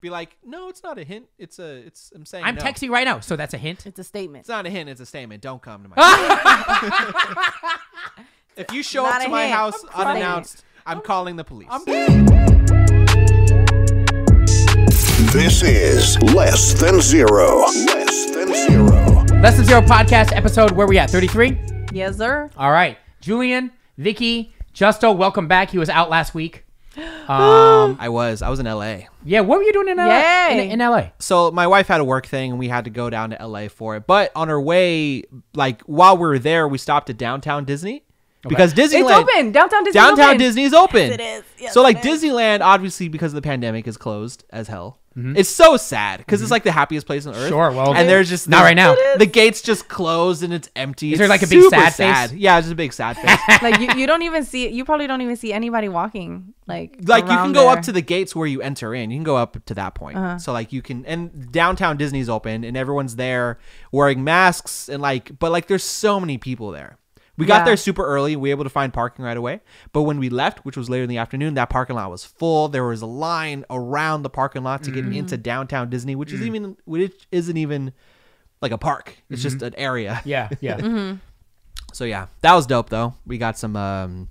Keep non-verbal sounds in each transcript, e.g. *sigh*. be like, no, it's not a hint. It's a, it's, I'm saying, I'm no. texting right now, so that's a hint. It's a statement. It's not a hint. It's a statement. Don't come *laughs* to my house. if you show Not up to a my hint. house I'm calling- unannounced, I'm, calling the police. This is Less Than Zero. Less Than Zero. Less than zero podcast episode. Where we at? Thirty three. Yes, sir. All right, Julian, Vicky, Justo, welcome back. He was out last week. Um, I was. I was in LA. Yeah, what were you doing in LA? Yay. In, in LA. So my wife had a work thing and we had to go down to LA for it. But on our way, like while we were there, we stopped at downtown Disney because It's Disneyland. open. Downtown Disney. Downtown open. Disney is open. it is. Yes, so it like is. Disneyland, obviously because of the pandemic, is closed as hell. It's so sad because it's like the happiest place on earth. Mm-hmm. Sure, well, and there's just not right now. It The gates just closed and it's empty. Is there, It's like, a big super sad face? Yeah, it's just a big sad *laughs* face. like you, you don't even see. You probably don't even see anybody walking. Like *laughs* like you can around go there. Uh-huh. up to the gates where you enter in. You can go up to that point. So like you can and downtown Disney's open and everyone's there wearing masks and like but like there's so many people there. We got Yeah. there super early. We were able to find parking right away. But when we left, which was later in the afternoon, that parking lot was full. There was a line around the parking lot to get Mm. into downtown Disney, which is even which isn't even like a park. It's Mm-hmm. just an area. Yeah, *laughs* yeah. So yeah, that was dope though. We got some um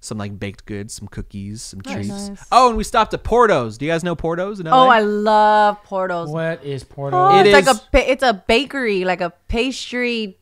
some like baked goods, some cookies, some treats. Nice. Oh, and we stopped at Portos. Do you guys know Portos in LA? Oh, I love Portos. What is Porto? Oh, It it's like is- a pa- it's a bakery, like a pastry.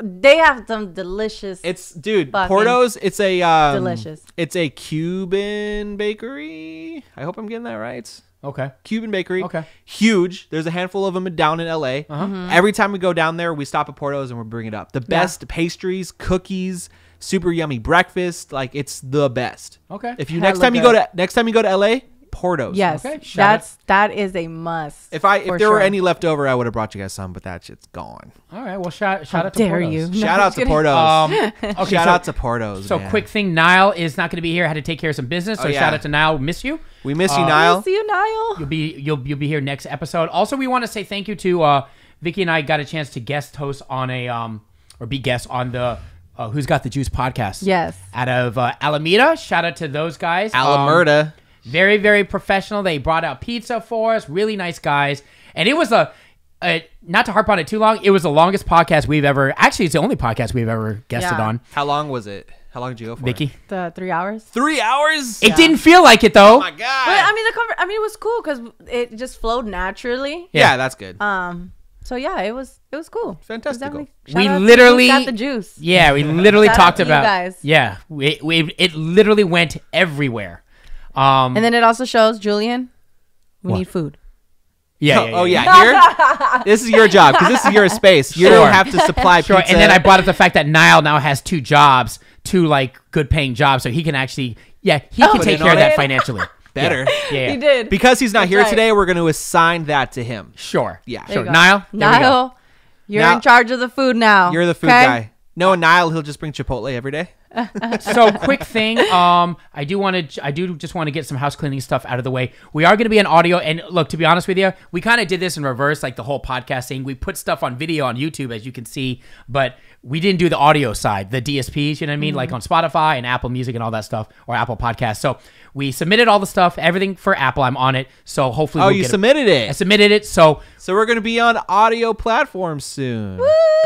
They have some delicious. it's dude, Fucking Portos, it's a um, delicious. It's a Cuban bakery. I hope I'm getting that right. Okay. Cuban bakery. Okay. Uh-huh. Huge. There's a handful of them down in LA. Mm-hmm. Every time we go down there, we stop at Porto's and we bring it up. The best pastries, cookies, super yummy breakfast. Like it's the best. Okay. If you next Hella time you go good. to next time you go to LA, Porto's. yes, Okay, shout that's that is a must. If I if for there were sure. any left over, I would have brought you guys some, but that shit's gone. All right. Well, shout shout How out to dare Portos. you? *laughs* No, Shout I'm out just to kidding. Porto's. *laughs* Um, okay. Shout so, out to Porto's. So man. quick thing, Nile is not going to be here. Had to take care of some business. So Oh, yeah. shout out to Nile. Miss you. We miss you, Uh, Niall. See you, Niall. You'll be you'll you'll be here next episode. Also, we want to say thank you to uh, Vicky and I got a chance to guest host on a um or be guests on the uh, Who's Got the Juice podcast. Yes. Out of uh, Alameda. Shout out to those guys. Um, Alamurda. very very professional they brought out pizza for us really nice guys and it was a, a not to harp on it too long it was the longest podcast we've ever actually it's the only podcast we've ever guested Yeah. on How long was it? How long did you go for? vicky The three hours. it? Three hours? it didn't feel like it though oh my god. But I mean, the conver- I mean, it was cool because it just flowed naturally. yeah. Yeah. that's good. Um. So yeah, it was it was cool. Fantastical. Shout We out to who literally- got the juice. *laughs* yeah we literally Shout out talked to you about guys. yeah we, we, it literally went everywhere um And then it also shows Julian. We need food. yeah, oh, oh, yeah, *laughs* here. this is your job because this is your space. You Sure. don't have to supply Sure, pizza. and then I brought up the fact that Niall now has two jobs, two like good paying jobs, so he can actually, yeah, he can Oh. Put take in care of on that it. financially. *laughs* *laughs* better Yeah, yeah. He did. because he's not That's here right. today. We're going to assign that to him. Sure. Yeah. There Sure. you go. Niall. there we go. Niall, you're Now- in charge of the food now. You're the food okay? guy. No, Niall, he'll just bring Chipotle every day. so quick thing. Um, I do want to. I do just want to get some house cleaning stuff out of the way. We are going to be on audio. And look, to be honest with you, we kind of did this in reverse, like the whole podcast thing. We put stuff on video on YouTube, as you can see, but we didn't do the audio side, the DSPs. You know what I mean? Like on Mm-hmm. Spotify and Apple Music and all that stuff, or Apple Podcasts. So we submitted all the stuff, everything for Apple. I'm on it. So hopefully, Oh, we'll you get it- submitted it. I submitted it. So So we're going to be on audio platforms soon.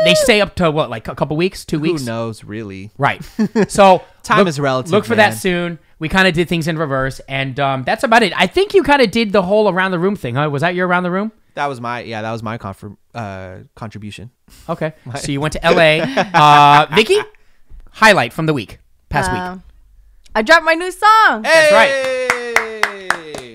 they say up to what, like a couple weeks, two Who weeks. knows, really? *laughs* Right. So Time look- is relative, Look for man. that soon. We kind of did things in reverse, and um, that's about it. I think you kind of did the whole around the room thing, huh? Was that your around the room? That was my yeah. That was my confirm, uh, contribution. Okay. So you went *laughs* to L.A. uh, Vicky, highlight from the week, past week. Um, I dropped my new song. That's right. right.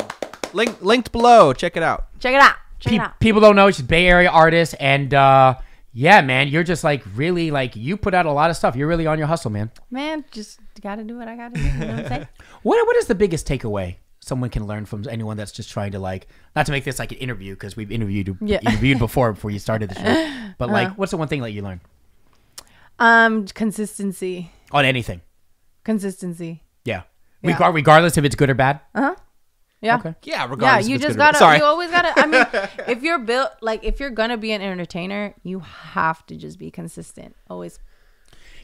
Link linked below. Check it out. Check it out. Check Pe- it out. people don't know she's a Bay Area artist, and uh, yeah, man, you're just like really like you put out a lot of stuff. You're really on your hustle, man. Man, just gotta do what I gotta do. You know what *laughs* I'm saying? What what is the biggest takeaway someone can learn from anyone that's just trying to like not to make this like an interview because we've interviewed Yeah. Uh-huh. interviewed before before you started the *laughs* show, but like what's the one thing that you learned Um, consistency. on anything? Consistency. Yeah. Yeah. Uh-huh. Regar- regardless if it's good or bad. Yeah. Okay. Yeah, Yeah, regardless. you if it's just good or- gotta. Sorry. You always gotta. *laughs* I mean, if you're built like if you're gonna be an entertainer, you have to just be consistent. Always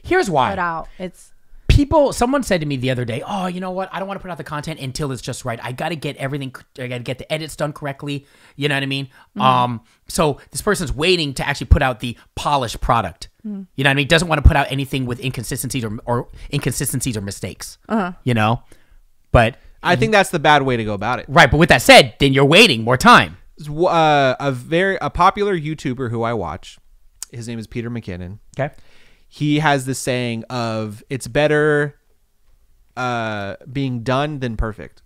Here's why. put out. It's people, someone said to me the other day, "Oh, you know what? I don't want to put out the content until it's just right. I got to get everything. c- I got to get the edits done correctly. You know what I mean? Um, so this person's waiting to actually put out the polished product. You know what I mean? Doesn't want to put out anything with inconsistencies or, or inconsistencies or mistakes. Uh-huh. You know, but I think that's the bad way to go about it. right. But with that said, then you're waiting more time. Uh, a very a popular YouTuber who I watch, his name is Peter McKinnon. Okay. He has this saying of it's better uh, being done than perfect,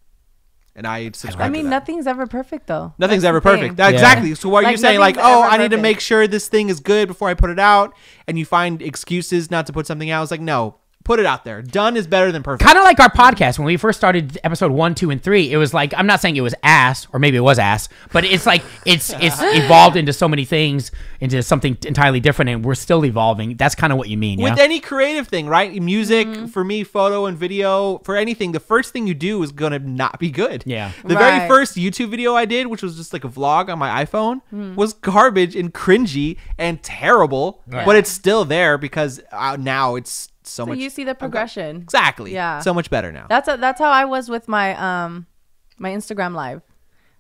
and I subscribe. I to mean, that. nothing's ever perfect though. Nothing's That's ever the thing. perfect. That- Exactly. So what Like, you're saying, like, nothing's oh, ever I need to perfect. make sure this thing is good before I put it out, and you find excuses not to put something out. It's like, no, put it out there. Done is better than perfect. kind of like our podcast when we first started episode one two and three it was like i'm not saying it was ass or maybe it was ass but it's like it's *laughs* it's evolved into so many things into something entirely different and we're still evolving that's kind of what you mean yeah With any creative thing, right? Music Mm-hmm. for me, photo and video for anything. The first thing you do is gonna not be good. Yeah. The very Right. first YouTube video I did, which was just like a vlog on my iPhone, Mm. was garbage and cringy and terrible. But it's still there because uh, now it's so, So much you see the progression. exactly Yeah. so much better now. That's that's how I was with my um my Instagram live.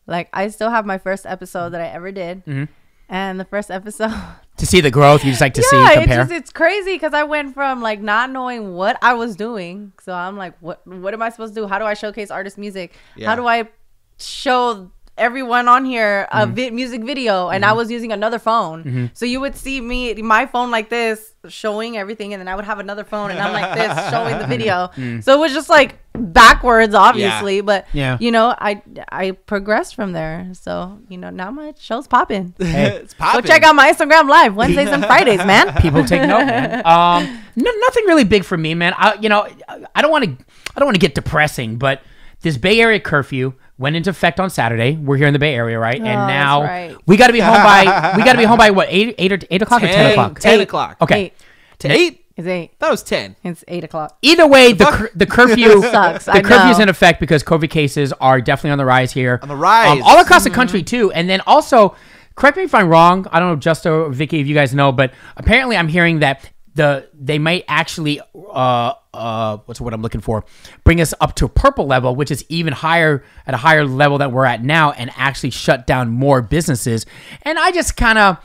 Like I still have my first episode that I ever did, Mm-hmm. and the first episode. *laughs* to see the growth you just like to see yeah, it's compare just it's crazy because I went from like not knowing what I was doing. So I'm like, what what am I supposed to do? How do I showcase artist music? Yeah. How do I show everyone on here a Mm-hmm. vi- music video? And I was using another phone, so you would see me my phone like this showing everything, and then I would have another phone, and I'm like *laughs* this showing the video. So it was just like backwards, obviously. But Mm. Yeah. you know, I I progressed from there. So you know, now my show's *laughs* popping. *laughs* Go it's popping. check out my Instagram live Wednesdays and Fridays, *laughs* man. people take note *laughs* man um no, nothing really big for me man i you know I- i don't want to i don't want to get depressing but this bay area curfew went into effect on saturday we're here in the bay area right and Oh, that's now right. we got to be home by we got to be home by what eight eight or eight o'clock or ten Ten. o'clock Ten o'clock. okay Eight. to eight. It's eight. That was ten. It's eight o'clock. either way, the cur- the curfew Sucks, The I curfew's know. in effect because COVID cases are definitely on the rise here. On the rise. all across the country too. And then also, correct me if I'm wrong. I don't know, Justo, or Vicky, if you guys know, but apparently I'm hearing that the they might actually uh uh what's what I'm looking for bring us up to purple level, which is even higher at a higher level that we're at now, and actually shut down more businesses. And I just kind of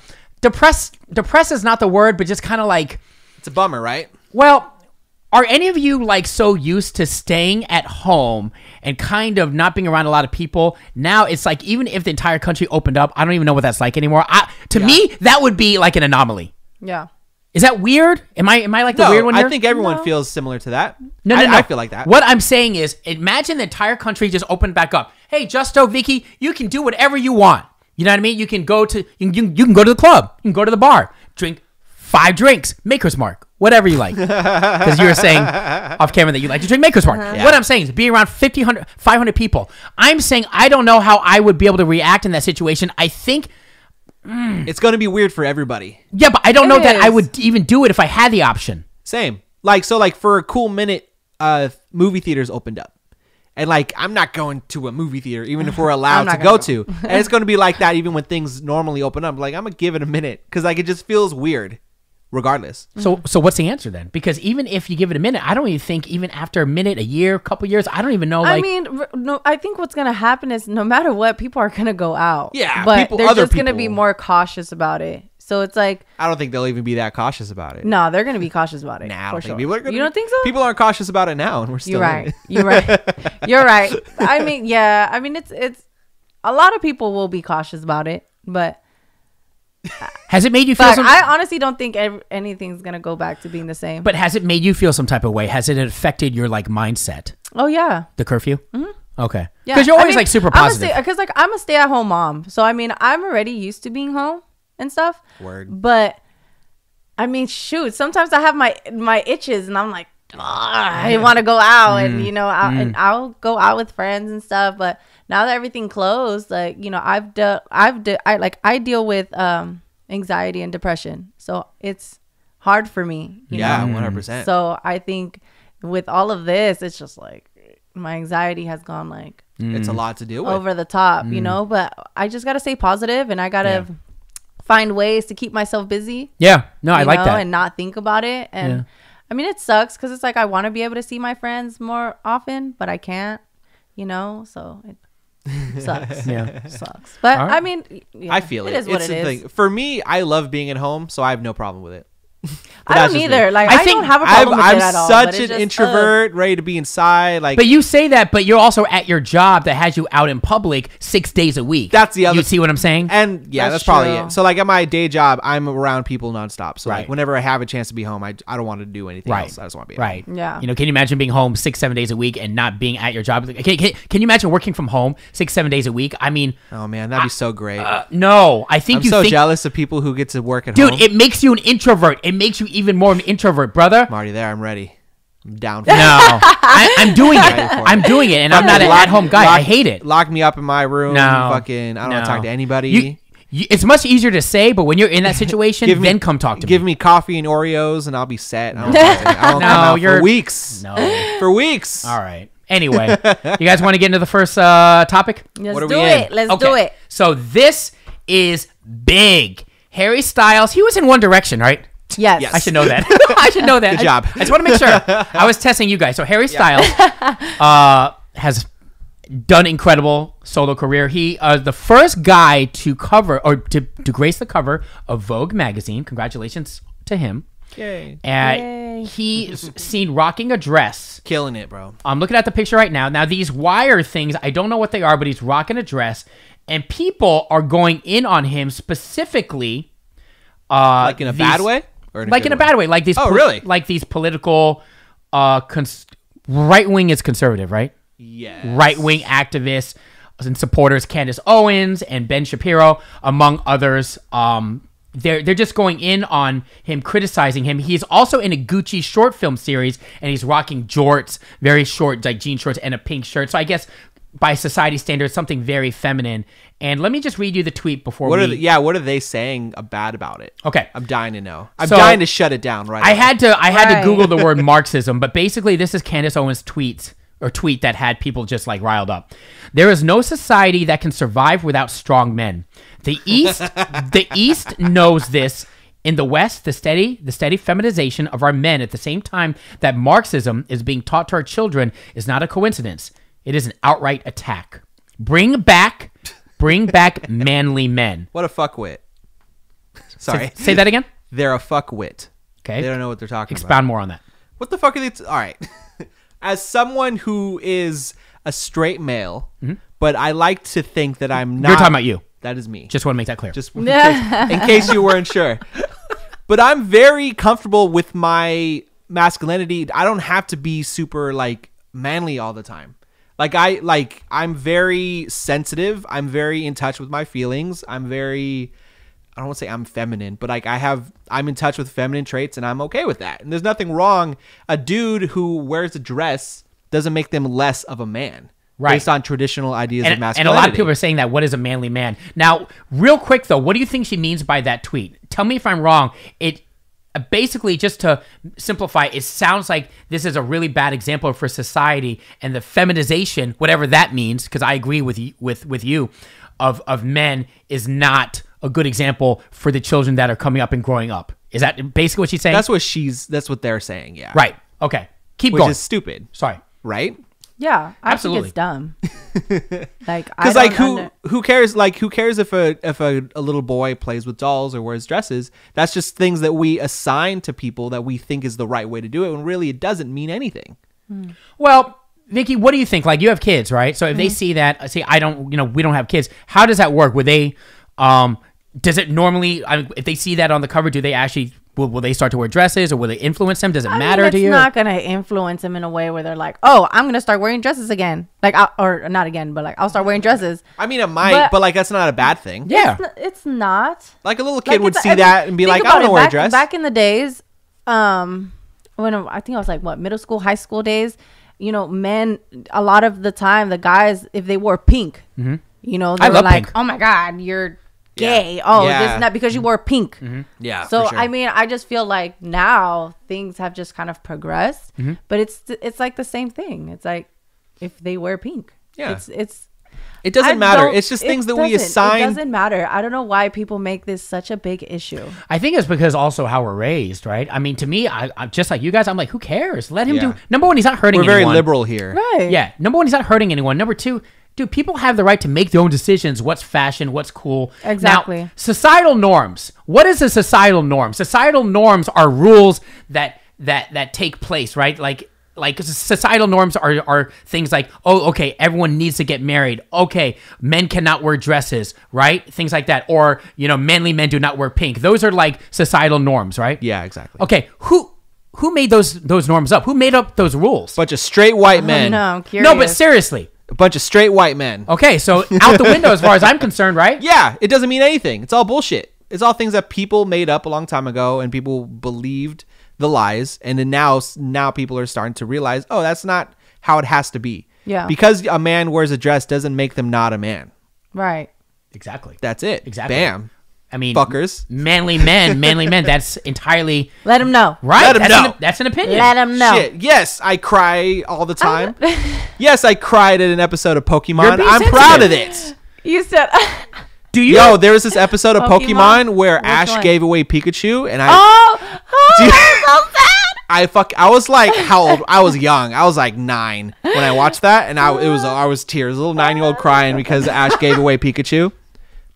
depressed. Depressed is not the word, but just kind of like. It's a bummer, right? Well, are any of you like so used to staying at home and kind of not being around a lot of people? Now it's like even if the entire country opened up, I don't even know what that's like anymore. I, to me, that would be like an anomaly. Yeah. Is that weird? Am I am I like the no, weird one here? I think everyone feels similar to that. no, no, I, no. I feel like that. What I'm saying is, imagine the entire country just opened back up. Hey, Justo, Vicky, you can do whatever you want. You know what I mean? You can go to you, you, you can go to the club. You can go to the bar. Drink five drinks, Maker's Mark, whatever *laughs* you like. Because you were saying off camera that you like to drink Maker's Uh-huh. Mark. What I'm saying is, be around 50, 100, 500 people. I'm saying I don't know how I would be able to react in that situation. I think, It's going to be weird for everybody. yeah, but I don't It know that I is. would even do it if I had the option. Same. Like so like for a cool minute uh movie theaters opened up. And like I'm not going to a movie theater even *laughs* if we're allowed to not go, gonna to. *laughs* and it's going to be like that even when things normally open up. Like I'm going to give it a minute cuz like it just feels weird regardless. Mm-hmm. So so what's the answer then? Because even if you give it a minute, I don't even think even after a minute, a year, couple years, I don't even know. Like I mean, r- no. I think what's gonna happen is no matter what, people are gonna go out. Yeah, but people- they're other just gonna be people. more cautious about it. So it's like, I don't think they'll even be that cautious about it. no, nah, they're gonna be cautious about it. Nah, I don't for think sure. people are gonna you don't be- think so? People aren't cautious about it now and we're still in You're right. *laughs* it. You're right. You're right. I mean, yeah. I mean, it's it's a lot of people will be cautious about it, but has it made you feel but some I honestly don't think ev- anything's gonna go back to being the same. but has it made you feel some type of way? Has it affected your like mindset? oh yeah, The curfew? Mm-hmm. Okay. Because you're always like super positive. Because like I'm a stay-at-home mom, so I mean I'm already used to being home and stuff. Word. But I mean, shoot, sometimes I have my my itches, and I'm like, "Ugh, I Mm. want to go out, and you know, I'll, and I'll go out with friends and stuff. But now that everything closed, like you know, I've de- I've de- I like I deal with um anxiety and depression, so it's hard for me. you Yeah, Mm. know? 100%. So I think with all of this, it's just like my anxiety has gone like Mm. It's a lot to deal with. over the top, you know. But I just gotta stay positive, and I gotta find ways to keep myself busy. yeah. No, I you like know, that. and not think about it. And I mean, it sucks because it's like I want to be able to see my friends more often, but I can't. You know, so it sucks. Yeah. sucks. But Alright. I mean, y- yeah, I feel it. It is what it's it the is. thing. For me, I love being at home, so I have no problem with it. But I that's don't just me. either. Like I I, think don't have a I'm, problem with I'm it at all. but such an it's just, uh, ugh. introvert, ready to be inside. Like, But you say that, but you're also at your job that has you out in public six days a week. That's the other- You see what I'm saying? and yeah, that's, That's probably true. it. So, like at my day job, I'm around people nonstop. So, Right. like whenever I have a chance to be home, I, I don't want to do anything Right. else. I just want to be at Right. home. Yeah. You know, can you imagine being home six, seven days a week and not being at your job? Like, Can, can, can you imagine working from home six, seven days a week? I mean, Oh man, that'd be so great. uh, no. I think I'm you so think, jealous of people who get to work at dude. home. It makes you an introvert. It makes you even more of an introvert, brother. I'm already there. I'm ready. I'm down for it. *laughs* No, I, I'm doing it. Ready for it. I'm doing it, and I'm not an Lock- at-home guy. I lock- hate it. Lock me up in my room. No, fucking. I don't want no. to talk to anybody. You- you- it's much easier to say, but when *laughs* you're in that situation, then come talk to give me. me coffee and Oreos, and I'll be set. I don't, talk to you. I don't No, come out you're- for weeks. *laughs* No. For weeks. All right. Anyway, *laughs* you guys want to get into the first uh, topic? Let's What are we do in? it. Let's do it. So this is big. Harry Styles. He was in One Direction, right? Yes. Yes. I should know that. *laughs* I should know that. Good job. I, I just want to make sure. I *laughs* was testing you guys. So Harry Styles *laughs* uh, has done incredible solo career. He uh, the first guy to cover or to, to grace the cover of Vogue magazine. Congratulations to him. Yay. And he's seen rocking a dress. Killing it, bro. I'm looking at the picture right now. Now these wire things, I don't know what they are, but he's rocking a dress, and people are going in on him specifically. Uh, Like in a these- bad way? Or like in a bad way, like these. Oh, really? Like these political, uh, cons- right wing is conservative, right? Yeah. Right wing activists and supporters, Candace Owens and Ben Shapiro, among others. Um, they're they're just going in on him, criticizing him. He's also in a Gucci short film series, and he's rocking jorts, very short, like jean shorts and a pink shirt. So I guess by society standards, something very feminine. And let me just read you the tweet before What we. are the, yeah? What are they saying bad about it? Okay. I'm dying to know. I'm Oh. So- dying to shut it down right I now. had to I had Right. to Google *laughs* the word Marxism, but basically this is Candace Owens' tweet or tweet that had people just like riled up. There is no society that can survive without strong men. The *laughs* East the East knows this. In the West, the steady the steady feminization of our men at the same time that Marxism is being taught to our children is not a coincidence. It is an outright attack. Bring back *laughs* bring back manly men. What a fuckwit. *laughs* Sorry. Say that again? They're a fuckwit. Okay. They don't know what they're talking about. Expound more on that. What the fuck are they? T- All right. *laughs* As someone who is a straight male, but I like to think that I'm not. Mm-hmm. You're talking about you. That is me. Just want to make that clear. just in, case, in case you weren't sure. But I'm very comfortable with my masculinity. I don't have to be super like manly all the time. Like I like I'm very sensitive. I'm very in touch with my feelings. I'm very I don't want to say I'm feminine, but like I have I'm in touch with feminine traits and I'm okay with that. And there's nothing wrong. A dude who wears a dress doesn't make them less of a man. Right. Based on traditional ideas of and, and masculinity. a lot of people are saying that what is a manly man now real quick though what do you think she means by that tweet tell me if i'm wrong it uh, basically just to simplify it sounds like this is a really bad example for society and the feminization whatever that means because i agree with you with with you of of men is not a good example for the children that are coming up and growing up is that basically what she's saying That's what she's that's what they're saying, yeah. right okay keep which going is stupid, sorry right? Yeah. I Absolutely. Think it's dumb. like I Because don't like who under- who cares? Like who cares if a if a, a little boy plays with dolls or wears dresses? That's just things that we assign to people that we think is the right way to do it, when really it doesn't mean anything. Well, Vicky, what do you think? Like, you have kids, right? So if Mm-hmm. they see that, say, I don't, you know, we don't have kids. How does that work? Would they, um, does it normally? I mean, if they see that on the cover, do they actually will, will they start to wear dresses, or will they influence them? Does it I mean, matter it's to you? not gonna influence them in a way where they're like, "Oh, I'm gonna start wearing dresses again." Like, I, or not again, but like I'll start wearing dresses. I mean, it might, but, But- like that's not a bad thing. yeah, N- It's not. Like a little kid Like, would it's- see I mean, that and be think like, I about don't it. wear a Back- dress. Back in the days, um, when I I think I was like what middle school, high school days, you know, men a lot of the time the guys if they wore pink, Mm-hmm. you know, they I were love like, pink. oh my god, you're Yeah. gay. Oh, this Yeah. Mm-hmm. and that because you wore pink. yeah. So for sure. I mean, I just feel like now things have just kind of Mm-hmm. progressed, but it's it's like the same thing. It's like if they wear pink, Yeah. it's it's It doesn't I matter. don't- It's just it things that we doesn't- It assign. doesn't matter. I don't know why people make this such a big issue. I think it's because also how we're raised, right? I mean, to me, I, I'm just like you guys. I'm like, who cares? Let him Yeah. do. Number one, he's not hurting. We're very anyone. liberal here. Right. Yeah. Number one, he's not hurting anyone. Number two, dude, people have the right to make their own decisions. What's fashion? What's cool? Now, Exactly. societal norms. What is a societal norm? Societal norms are rules that that that take place, right? Like like societal norms are are things like oh okay everyone needs to get married okay men cannot wear dresses right things like that or you know manly men do not wear pink those are like societal norms right Yeah, exactly. okay who who made those those norms up who made up those rules Bunch of straight white men. Oh, No, I'm curious. no but seriously A bunch of straight white men. Okay, so out the window as far as I'm concerned, *laughs* right? Yeah, it doesn't mean anything. It's all bullshit. It's all things that people made up a long time ago, and people believed the lies, and then now now people are starting to realize, oh, that's not how it has to be. Yeah. Because a man wears a dress doesn't make them not a man. Right. Exactly. That's it. Exactly. Bam. I mean, Fuckers. manly men, manly men. That's *laughs* entirely Let them know. right. Let 'em that's, know. An, that's an opinion. Let them know. Shit. Yes, I cry all the *laughs* time. yes, I cried at an episode of Pokemon. being I'm sensitive. proud of it. You said. *laughs* oh, Do you? Yo, there was this episode of Pokemon, Pokemon? where Which Ash one? gave away Pikachu, and I oh, oh, *laughs* Do you- that's so sad. I fuck. I was like, how old? I was young. I was like nine when I watched that, and I it was I was tears, little nine year old crying because Ash gave away Pikachu,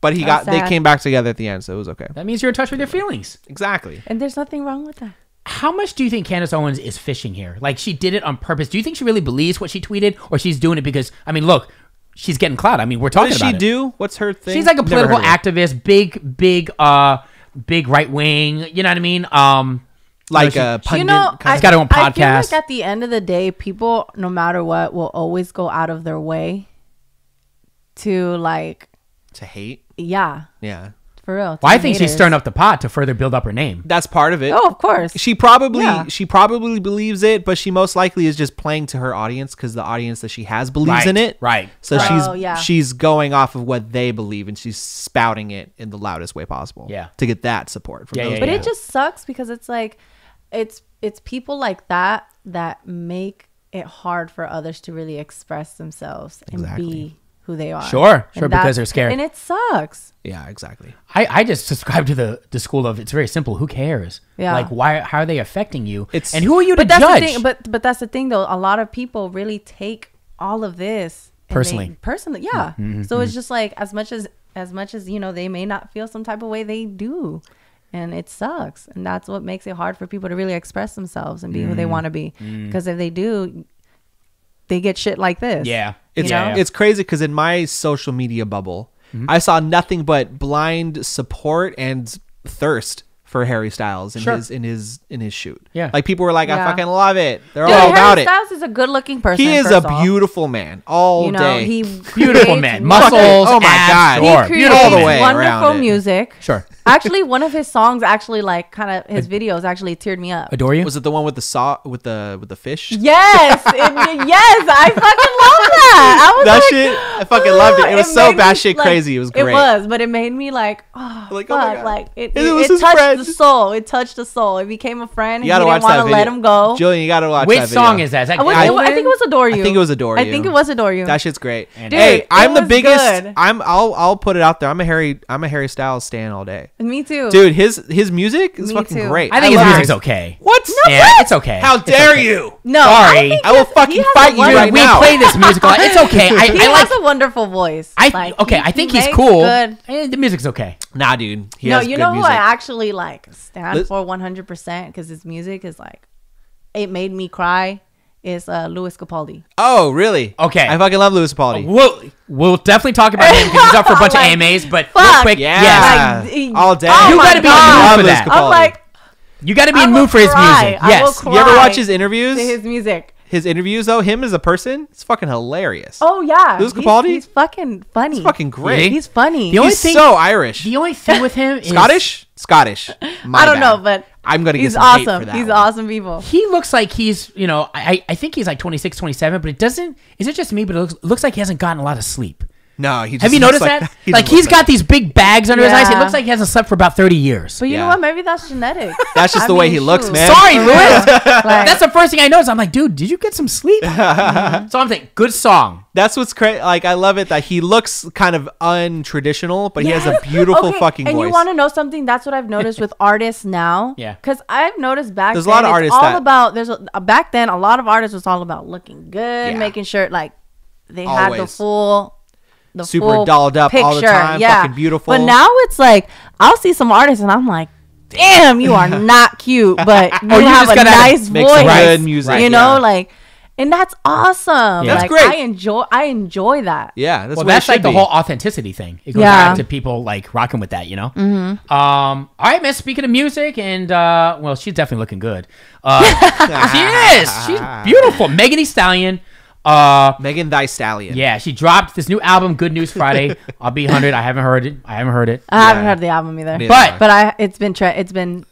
but he got they sad. came back together at the end, so it was okay. that means you're in touch with your feelings. Exactly. And there's nothing wrong with that. How much do you think Candace Owens is fishing here? Like she did it on purpose. Do you think she really believes what she tweeted, or she's doing it because? I mean, look, she's getting clout. I mean, we're What talking does about she it. do? What's her thing? She's like a Never heard of political her. activist, big, big, uh, big right wing. You know what I mean? Um, like she- a pundit. you know, kind She's I, of- got her own I feel podcast. like at the end of the day, people, no matter what, will always go out of their way to like, to hate. yeah, Yeah, for real. well, I think she's stirring up. up the pot to further build up her name. that's part of it. Oh, of course. She probably Yeah. she probably believes it, but she most likely is just playing to her audience because the audience that she has believes Right, in it. right, So right. she's Oh, yeah. she's going off of what they believe and she's spouting it in the loudest way possible. Yeah. To get that support from Yeah, those yeah, but people. yeah. it just sucks because it's like, it's it's people like that that make it hard for others to really express themselves and Exactly. be who they are. Sure, And sure, because that's- they're scared. and it sucks. Yeah, exactly. I, I just subscribe to the, the school of it's very simple. Who cares? Yeah. Like why? How are they affecting you? It's- and who are you to But that's judge? the thing. But but that's the thing though. A lot of people really take all of this and they- Personally. personally, yeah. Mm-hmm. So it's just like as much as as much as you know they may not feel some type of way, they do, and it sucks. And that's what makes it hard for people to really express themselves and be Mm-hmm. who they want to be. Because if they do, they get shit like this. yeah. It's yeah, yeah. Mm-hmm. it's crazy because in my social media bubble, I saw nothing but blind support and thirst for Harry Styles in Sure. his in his in his shoot. Yeah. Like people were like, I Yeah. fucking love it. They're Dude, all about Harry it. Styles is a good-looking person. He is first a off. beautiful man all You know, day. he beautiful creates man, wonder- muscles. Oh my abs, God. sure. He creates Beautiful all the man. way wonderful around it. music. Sure. Actually, one of his songs actually like kind of his videos actually teared me up. Adore you. was it the one with the saw with the with the fish? Yes, *laughs* it- yes, I fucking love that. I was that like, shit, I fucking loved it. It "Oh," was so made me, batshit like- crazy. It was great. It was, but it made me like, oh, Like, oh fuck, my God. like it, And it, it was it his touched friend. the soul. It touched the soul. It became a friend. You He gotta didn't watch that want to video. let him go. Julian, you gotta watch Which that video. song is that? Is that I, was, I- it, was- I think it was adore you. I think it was Adore I You. think it was adore you. That shit's great. Dude, hey, I'm it the was biggest. good. I'm. I'll. I'll put it out there. I'm a Harry. I'm a Harry Styles stan all day. me too, Dude, his his music is Me fucking too. great. I think love his music's it. okay. What? yeah, it's okay. How It's dare okay. you? No, Sorry. I, think I he will has- he fucking has a fight you Dude, wonderful- right we now. play this musical. It's *laughs* okay. I, He I like. has a wonderful voice. I Like, okay. he- I he think he's makes cool. Good. Eh, the music's okay. Nah, dude. He no, has you good know music. who I actually like stand Lis- for one hundred percent because his music is like, it made me cry. Is uh, Louis Capaldi? oh, really? Okay. Oh, I fucking love Louis Capaldi. We'll we'll definitely talk about him because he's up for a *laughs* bunch Like, of AMAs. But real Oh fuck. quick, yeah. yes, Like, he- Ah. all day. oh Ah. You my gotta be in God. the mood for Love Louis that. Capaldi. I'm like you got to be I in will mood for his cry. music. I will Yes, cry. you ever watch his interviews? to His, his music. interviews though, him as a person, it's fucking hilarious. Oh yeah, Louis He's- Capaldi? He's, fucking funny. He's fucking great. He's funny. The only He's thing- so Irish. The only thing with him is Scottish? Scottish. *laughs* My I don't bad. know, but I'm gonna get he's some hate awesome. for that He's one. awesome people. He looks like he's, you know, I, I think he's like 26, 27, but it doesn't, is it just me? But it looks, looks like he hasn't gotten a lot of sleep. No, he just Have you looks noticed like that? *laughs* He Like just he's looks got these big bags under his eyes. It Yeah. looks like he hasn't slept for about thirty years. But you know Yeah. what? Maybe that's genetic. That's just the way he looks, man. *laughs* Sorry, Louis. Like- That's the first thing I noticed. I'm like, dude, did you get some *laughs* sleep? so I'm thinking, good song. That's what's crazy. Like I love it that he looks kind of untraditional, but *laughs* he has a beautiful Okay, fucking and voice. you want to know something? That's what I've *laughs* noticed with artists now. Yeah. Because I've noticed back There's a then, lot of it's artists all that- about, there's a, uh, back then, a lot of artists was all about looking good, Yeah. making sure like they had the Always. full, the Super full dolled up picture. all the time, yeah. fucking beautiful. But now it's like, I'll see some artists and I'm like, damn, you are not cute, *laughs* but Oh, you you have just a gotta nice make voice. some good music, You know, yeah. like, and that's awesome. That's like, great. I enjoy, I enjoy that. yeah, that's well, what it that's like should the be. whole authenticity thing. It goes Yeah. back to people like rocking with that, you know. Mm-hmm. Um, all right, miss. Speaking of music, and uh, well, she's definitely looking good. *laughs* Uh, she is. She's beautiful, Megan Thee Stallion. Uh, Megan Thy Stallion. yeah, she dropped this new album, Good News *laughs* Friday. I'll be hundred. I haven't heard it. I haven't heard it. I haven't heard the album either. Neither But- but I it's been tre- it's been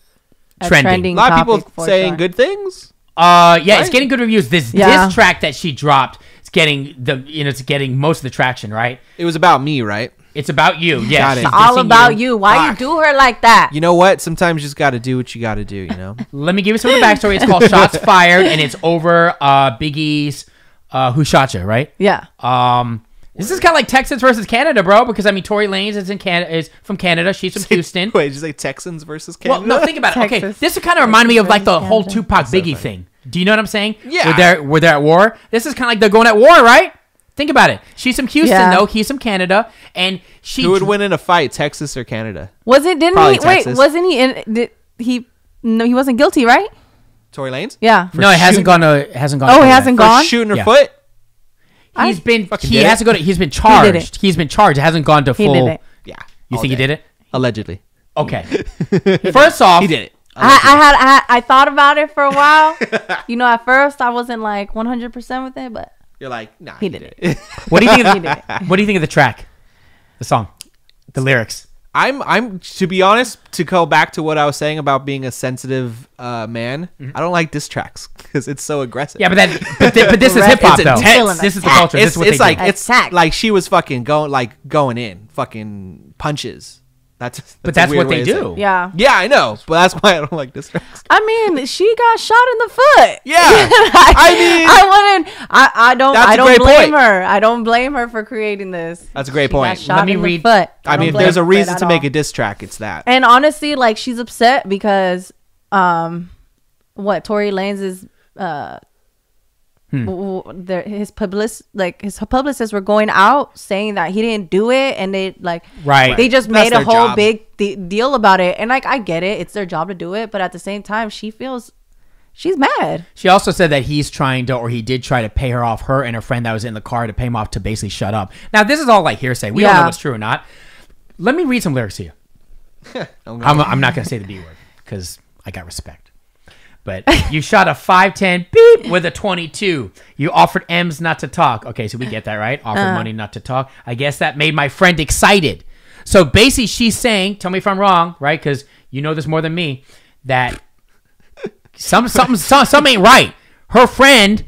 a Trending. trending. a lot of topic people for saying sure. good things. Uh, yeah, it's Right? getting good reviews. This Yeah. diss track that she dropped, it's getting the you know it's getting most of the traction, right? It was about me, right? It's about you. Yeah, Got it. she's All dissing about you. Why Fuck. you do her like that? You know what? Sometimes you just got to do what you got to do. You know. Let me give you some of the backstory. It's *laughs* called Shots Fired, and it's over uh, Biggie's uh, Who Shot You, right? yeah. Um, this is kind of like Texas versus Canada, bro, because I mean Tory Lanez is in Canada, is from Canada. She's from *laughs* Houston. Wait, did you say Texans versus Well, Canada? no, think about it. Okay, Texas this would kind of remind me of like the versus whole Canada. Tupac Biggie thing. Do you know what I'm saying? Yeah. Where they're, where they're at war. This is kind of like they're going at war, right? Think about it. She's from Houston, Yeah. though. He's from Canada. And she. Who would dr- win in a fight, Texas or Canada? Was it didn't Probably he wait, Texas. wasn't he in did he no he wasn't guilty, right? Tory Lanez? Yeah. No, it hasn't shooting- gone to. It hasn't gone Oh, to it that. hasn't For Gone? shooting her Yeah. foot. He's been. Fucking He did has it. to go to. He's been did it. charged. He has been charged. It hasn't gone to He full. did it. Yeah. You all think he day. did it? Allegedly. Okay. First *laughs* off, He did it. I, I had I, had- I thought about it for *laughs* a while. you know, at first I wasn't like 100% with it, but You're like, nah. he did it. What do *laughs* you think? Of He did the, what do you think of the track, the song, the lyrics? I'm I'm to be honest to go back to what I was saying about being a sensitive uh, man. I don't like diss tracks *laughs* because it's so aggressive. Yeah, but that, but, thi- but *laughs* this is Right. hip hop It's though. intense. Feeling This is the attacked. culture. it's, this is what it's they like do. it's Attack. like she was fucking going like going in fucking punches. That's, that's but that's a weird what they way to say it. do. Yeah. Yeah, I know, but that's why I don't like diss *laughs* tracks. I mean, she got shot in the foot. *laughs* Yeah, I mean, I wouldn't. I, I don't. That's a I don't great blame point. her. I don't blame her for creating this. That's a great She got point. shot Let me in the read- foot. I, don't mean, if blame there's a her for reason it to at make all. a diss track, it's that. And honestly, like she's upset because, um, what Tory Lanez is, uh, Hmm. w- w- their, his publicist, like his publicists were going out saying that he didn't do it, and they like, Right. They just That's made a their whole job. big de- deal about it, and like I get it, it's their job to do it, but at the same time, she feels, she's mad. She also said that he's trying to, or he did try to pay her off, her and her friend that was in the car to pay him off to basically shut up. Now this is all like hearsay. We don't know Yeah. what's true or not. Let me read some *laughs* lyrics to you. I'm, I'm not going to say the B word because I got respect. But you shot a 510 beep with a 22. You offered M's not to talk. Okay, so we get that, right? Offered money not to talk. I guess that made my friend excited. So basically, she's saying, tell me if I'm wrong, right? Because you know this more than me, that some, something, some, some ain't right. Her friend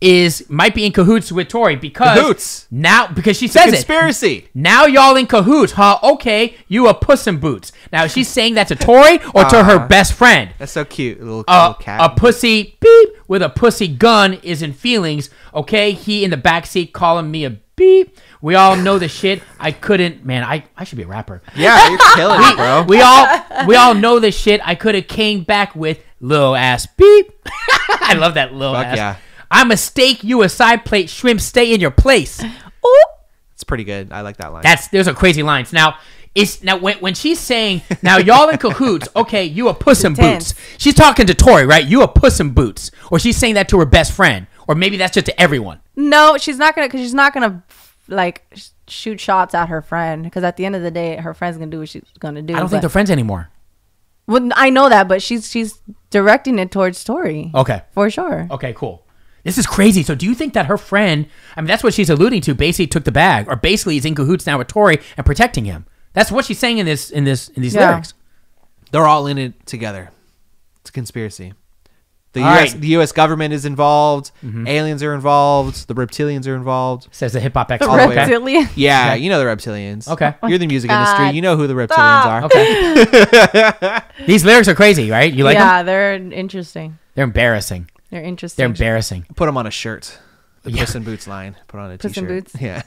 is might be in cahoots with Tori because Cahoots. now because she says it Conspiracy. now y'all in cahoots, huh? Okay, you a puss in boots. Now is she saying that to Tori or to Uh-huh. her best friend. That's so cute, little, Uh, little cat. a pussy beep with a pussy gun is in feelings. Okay, he in the backseat calling me a beep. We all know the shit. I couldn't, man. I, I should be a rapper. yeah, *laughs* you're killing it, bro. We all we all know the shit. I could have came back with little ass beep. *laughs* I love that little Fuck ass. yeah. I'm a steak, you a side plate, shrimp, stay in your place. Ooh. It's pretty good. I like that line. That's there's a crazy lines. Now it's now when, when she's saying now y'all in *laughs* cahoots, okay, you a puss in Intense. boots. She's talking to Tori, right? You a puss in boots, or she's saying that to her best friend, or maybe that's just to everyone. No, she's not gonna. Cause she's not gonna like sh- shoot shots at her friend. Cause at the end of the day, her friend's gonna do what she's gonna do. I don't think they're but- friends anymore. Well, I know that, but she's she's directing it towards Tori. Okay. for sure. Okay, cool. This is crazy. So do you think that her friend? I mean, that's what she's alluding to. Basically, took the bag, or basically is in cahoots now with Tori and protecting him. That's what she's saying in this in this in these Yeah. lyrics. They're all in it together. It's a conspiracy. The All US right. Mm-hmm. the US government is involved. Aliens are involved. The reptilians are involved. Says the hip hop The *laughs* expert. All the way. Oh, Okay. reptilian. Yeah, you know the reptilians. Okay. You're the music industry. God. You know who the reptilians Stop. are. Okay. These lyrics are crazy, right? You like them? *laughs* yeah, they're interesting. They're embarrassing. They're They're interesting. *laughs* embarrassing. *laughs* Put them on a shirt. The Yeah. Puss in Boots line. Put on a Puss in shirt Boots? *laughs* Yeah.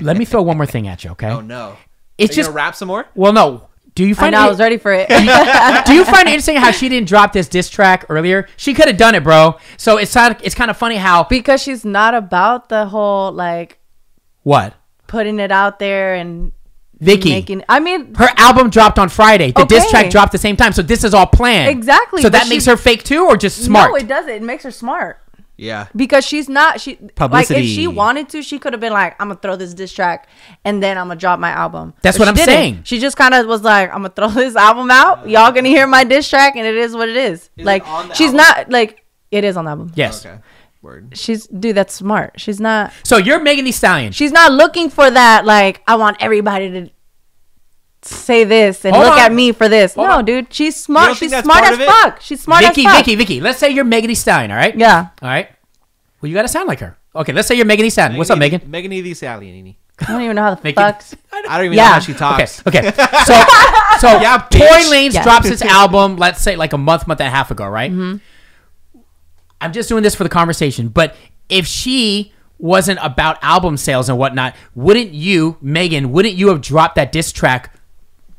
Let me throw one more thing at you, okay? oh no. It's Are you just gonna rap some more. well, no. Do you I find know. I it- was ready *laughs* for it. do you *laughs* find it interesting how she didn't drop this diss track earlier? She could have done it, bro. So it's kind of, it's kind of funny how because she's not about the whole like what putting it out there and Vicky making. I mean, her album dropped on Friday. The diss Okay. track dropped the same time, so this is all planned. Exactly, So but that makes she- her fake too, or just smart? no, it doesn't. It makes her smart. Yeah. because she's not she like Publicity. if she wanted to she could have been like i'm gonna throw this diss track and then i'm gonna drop my album That's But what she I'm saying. she just kind of was like i'm gonna throw *laughs* this album out y'all gonna hear my diss track and it is what it is, it like on the she's album? not like it is on the album yes. Okay. Word. she's dude that's smart she's not So you're Megan Thee Stallion. she's not looking for that like i want everybody to say this and Hold look on. at me for this Hold no on. dude she's You don't smart think she's that's smart part as of it? fuck she's smart Vicky, as fuck Vicky, Vicky. Let's say you're Megan Thee Stallion. All right. yeah All right. Well, you gotta sound like her. Okay. Let's say you're Megan Thee Stallion. What's up, Megan? Megan E. Thee Stallion. i don't even know how the Vicky- fuck I don't even know Yeah. how she talks. Okay. Okay. So, *laughs* so Yeah, Toy bitch. Lanes Yeah. drops its album, let's say like a month, month and a half ago, right? I'm just doing this for the conversation, but if she wasn't about album sales and whatnot, wouldn't you, Megan, wouldn't you have dropped that diss track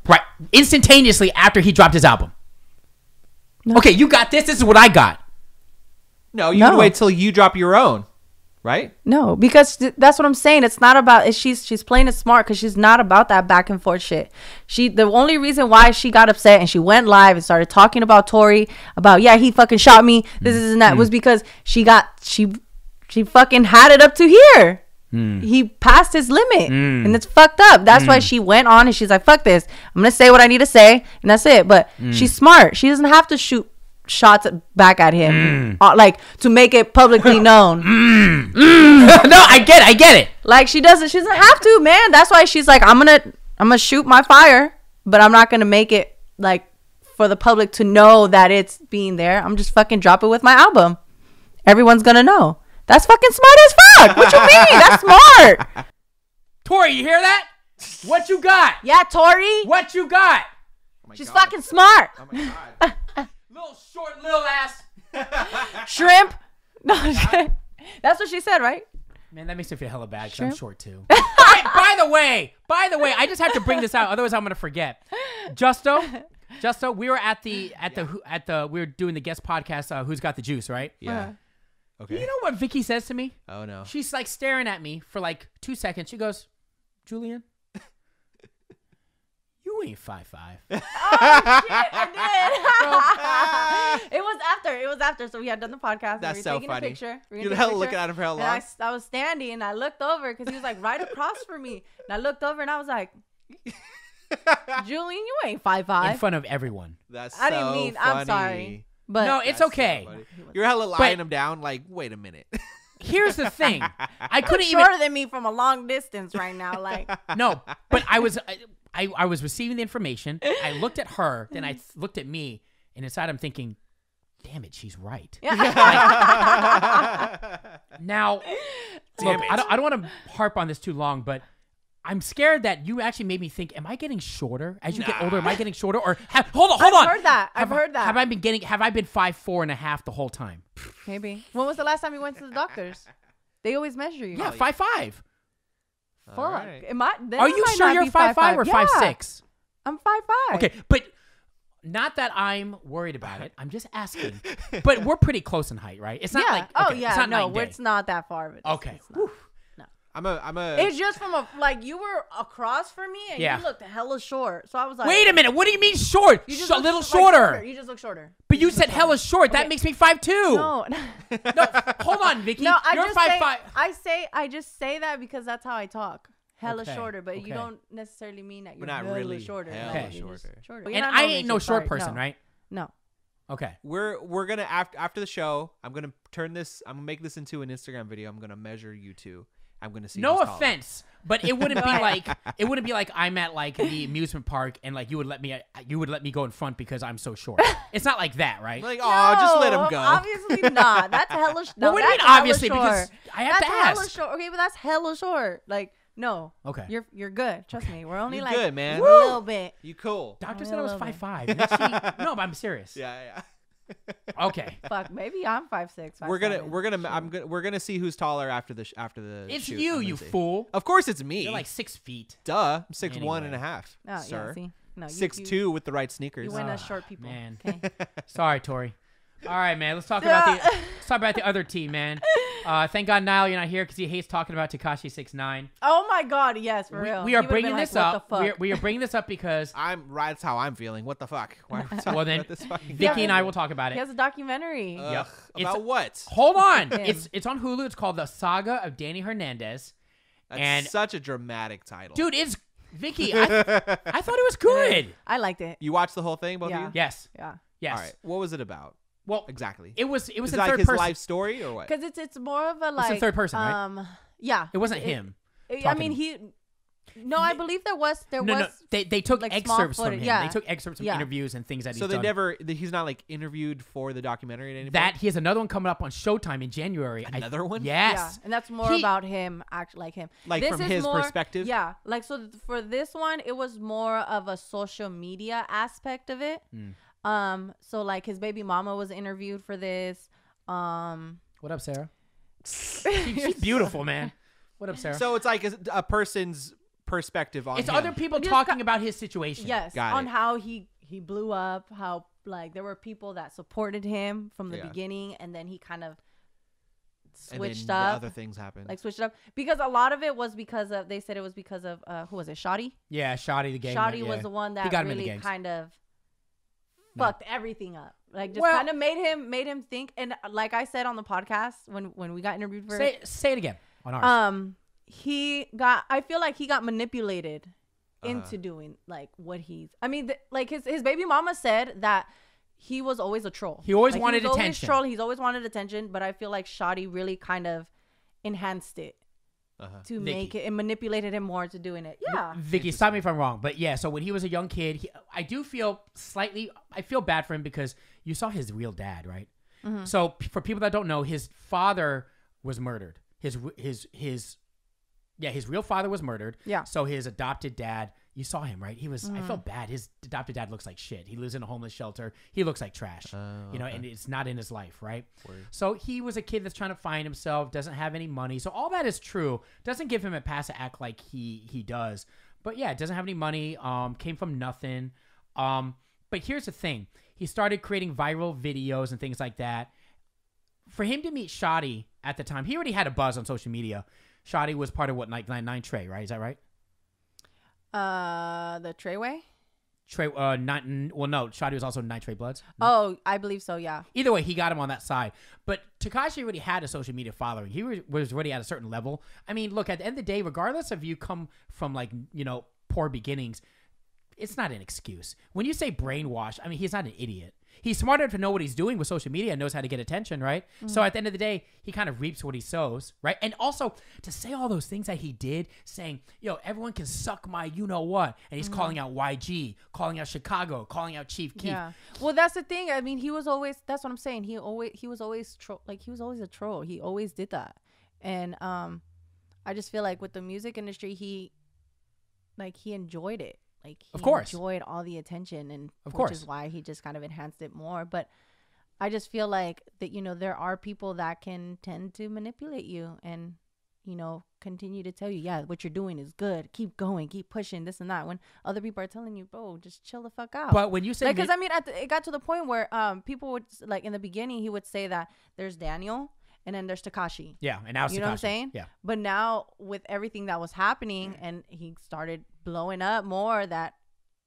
right instantaneously after he dropped his album? Okay, you got this. This is what I got. *laughs* No, you No. would wait till you drop your own, right? No, because th- that's what I'm saying. It's not about it's, she's she's playing it smart because she's not about that back and forth shit. She the only reason why she got upset and she went live and started talking about Tori about yeah he fucking shot me this is and that was because she got she she fucking had it up to here. He passed his limit and it's fucked up. That's why she went on and she's like fuck this. I'm gonna say what I need to say and that's it. But she's smart. She doesn't have to shoot shots back at him uh, like to make it publicly known. no, I get it. I get it. Like she doesn't she doesn't have to, man. That's why she's like, I'm gonna I'm gonna shoot my fire, but I'm not gonna make it like for the public to know that it's being there. I'm just fucking drop it with my album. Everyone's gonna know. That's fucking smart as fuck. What you mean? *laughs* That's smart. Tori, you hear that? What you got? Yeah, Oh Tori. What you got? She's fucking smart. *laughs* Little short, little ass. Shrimp. No, that's what she said, right? Man, that makes me feel hella bad 'cause I'm short too. *laughs* by, by the way, by the way, I just have to bring this out, otherwise I'm gonna forget. Justo, Justo, we were at the at the who at the we were doing the guest podcast. Uh, Who's got the juice? Right. Yeah. Okay. You know what Vicky says to me? oh no. She's like staring at me for like two seconds. She goes, "Julian, *laughs* you ain't five five. *laughs* I did. *laughs* it was after. It was after. So we had done the podcast. and That's we were so taking funny. A picture. We were You gonna know, take a looking picture, at him for how and I long? s- I, was standing and I looked over because he was like right across from me. And I looked over and I was *laughs* like, Julian, you ain't five In five. front of everyone. That's I didn't so mean. Funny. I'm sorry. But No, it's That's so okay. funny. You're hella lying him down. Like, wait a minute. *laughs* Here's the thing. I you're couldn't even shorter than me from a long distance *laughs* right now. Like No, but I was I- I, I was receiving the information. I looked at her, then *laughs* I looked at me, and inside I'm thinking, "Damn it, she's right." Now, look, I don't, I don't want to harp on this too long, but I'm scared that you actually made me think: Am I getting shorter as you get older? Am I getting shorter? Or have, hold *laughs* on, hold I've on. heard that. I've Have I- heard that. Have I been getting? Have I been five four and a half the whole time? maybe. When was the last time you went to the doctors? They always measure you. Yeah, five five. Fuck. All right. Am I, then Are I you might sure not you're be five five or Yeah, five six? I'm five five. Okay, but not that I'm worried about it. I'm just asking. but we're pretty close in height, right? It's not yeah. like oh okay, yeah. it's not no, night and day. it's not that far. Of a distance. Okay. It's not. whew. I'm a. I'm a. It's just from a like you were across from me and Yeah. you looked hella short. So I was like, Wait a minute. What do you mean short? you Sh- just a look little sh- like, shorter. You just look shorter. But you said hella short. That makes me five two. *laughs* *laughs* No, *laughs* no, Hold *laughs* on, Vicky. I You're just five say, five. I say I just say that because that's how I talk. Hella Okay, shorter, but okay. you don't necessarily mean that you're not hella really shorter. hella No, you're just shorter. shorter. You're And not I normally ain't no so short short, person, no. right? No. Okay. we're we're gonna after after the show. I'm gonna turn this. I'm gonna make this into an Instagram video. I'm gonna measure you two I'm gonna see. No who's taller. offense, but it *laughs* wouldn't be like it wouldn't be like I'm at like the amusement park and like you would let me uh, you would let me go in front because I'm so *laughs* short. It's not like that, right? Like, oh, just let him No, go. Obviously not. That's *laughs* hella short. No, Well, what do you that's mean obviously? hella Because short. I have to that's hella ask. Short. Okay, but that's hella short. Like, no. Okay. You're you're good. Trust me. We're only You like good, man. a little bit. You *laughs* cool? Doctor Only said I a was little five bit. five. *laughs* no, but I'm serious. Yeah, yeah. Okay. Fuck, maybe I'm five six. We're gonna, we're gonna, I'm gonna, we're gonna see who's taller after the sh- after the. It's shoot. you, I'm you gonna see. fool. Of course, it's me. You're like six feet. duh, I'm six one and Anyway. a half, Oh, yeah, sir. see? No, you- six you- two with the right sneakers. You win us short people. uh, man. Okay. *laughs* Sorry, Tori. All right, man. Let's talk about the let's talk about the other team, man. Uh, thank God Niall you're not here because he hates talking about Takashi six nine. Oh my god, yes, for We, real. we You are Oh, would've been bringing like, this what up. the We are, fuck? we are bringing this up because I'm right. That's how I'm feeling. What the fuck? *laughs* Why *laughs* are we talking well then about this fucking Vicky and I Yeah. will talk about He it. has a documentary. Ugh, *laughs* Yep. It's- About what? Hold on. Damn. It's it's on Hulu. It's called The Saga of Danny Hernandez. That's and- such a dramatic title, Dude, it's Vicky. I, I thought it was good. I liked it. You watched the whole thing, both Yeah. of you. Yes. Yeah. Yes. All right. What was it about Well, exactly? it was it was Is in it like third his person. life story or what? Because it's it's more of a like third person, right? Um, yeah. It wasn't him. I talking. mean, he. No, I believe there was there No, no. was They, they took like, small excerpts from footage. him. Yeah. They took excerpts from Yeah. interviews and things that So he's they done. never. He's not like interviewed for the documentary at any point? that he has another one coming up on Showtime in January. I- Another one? Yes. Yeah, and that's more He- about him, act like him. Like, from his perspective? Yeah, like so th- for this one, it was more of a social media aspect of it. Hmm. Um, so like his baby mama was interviewed for this. Um, What up, *laughs* Sarah? She- She's beautiful, man. What up, Sarah? So it's like a, a person's perspective on it's him. other people just talking got- about his situation. yes, Got on it. how he he blew up, how like there were people that supported him from the Yeah. beginning, and then he kind of and then switched the up. other things happen. like switched up because a lot of it was because of they said it was because of uh who was it Shoddy Yeah, Shoddy the gang. Shoddy yeah. was the one He that got him in the really gangs. kind of fucked everything up. Like just Well- kind of made him made him think. And uh, like I said on the podcast when when we got interviewed for Say, say it again on ours. um he got I feel like he got manipulated Uh-huh. into doing like what he's I mean th- like his his baby mama said that he was always a troll. He always Like, wanted was always attention. troll. He's always wanted attention, but I feel like Shoddy really kind of enhanced it. Uh-huh. To Vicky. make it and manipulated him more to doing it. Yeah. Vicky, stop me if I'm wrong, but yeah. So when he was a young kid, he, I do feel slightly. I feel bad for him because you saw his real dad, right? So p- for people that don't know, his father was murdered. His r- his his yeah, his real father was murdered. Yeah. So his adopted dad, you saw him, right? He was. I felt bad. His adopted dad looks like shit. He lives in a homeless shelter. He looks like Uh, trash. you know, and it's not in his life, right? So he was a kid that's trying to find himself, doesn't have any money. So all that is true. Doesn't give him a pass to act like he he does. But yeah, doesn't have any money. Um, came from nothing. Um, but here's the thing. He started creating viral videos and things like that for him to meet Shoddy at the time, he already had a buzz on social media. Shoddy was part of what like nine nine Trey, right? Is that right? Uh the Treyway? Trey, uh, not well, no. Shoddy was also nine Trey Bloods. Oh, I believe so, yeah. Either way, he got him on that side. But Takashi already had a social media following. He was- was already at a certain level. I mean, look at the end of the day, regardless of you come from like you know poor beginnings, it's not an excuse. When you say brainwash, I mean he's not an idiot. He's smart enough to know what he's doing with social media and knows how to get attention, right? Mm. So at the end of the day, he kind of reaps what he sows, right? And also to say all those things that he did, saying, yo, everyone can suck my you know what. And Mm-hmm. he's calling out YG, calling out Chicago, calling out Chief Keef. Yeah. Well, that's the thing. I mean, he was always. That's what I'm saying. He always. He was always troll. Like he was always a troll. He always did that. And um, I just feel like with the music industry, he, like, he enjoyed it. Like he Of course. enjoyed all the attention, and Of which course. is why he just kind of enhanced it more. But I just feel like that you know there are people that can tend to manipulate you and you know continue to tell you yeah what you're doing is good keep going keep pushing this and that when other people are telling you bro just chill the fuck out But when you say like because ma- I mean at the, it got to the point where um people would like in the beginning he would say that there's Daniel and then there's Takashi. Yeah, and now it's You know what I'm Tekashi. saying? Yeah. Mm. But now with everything that was happening and he started blowing up more that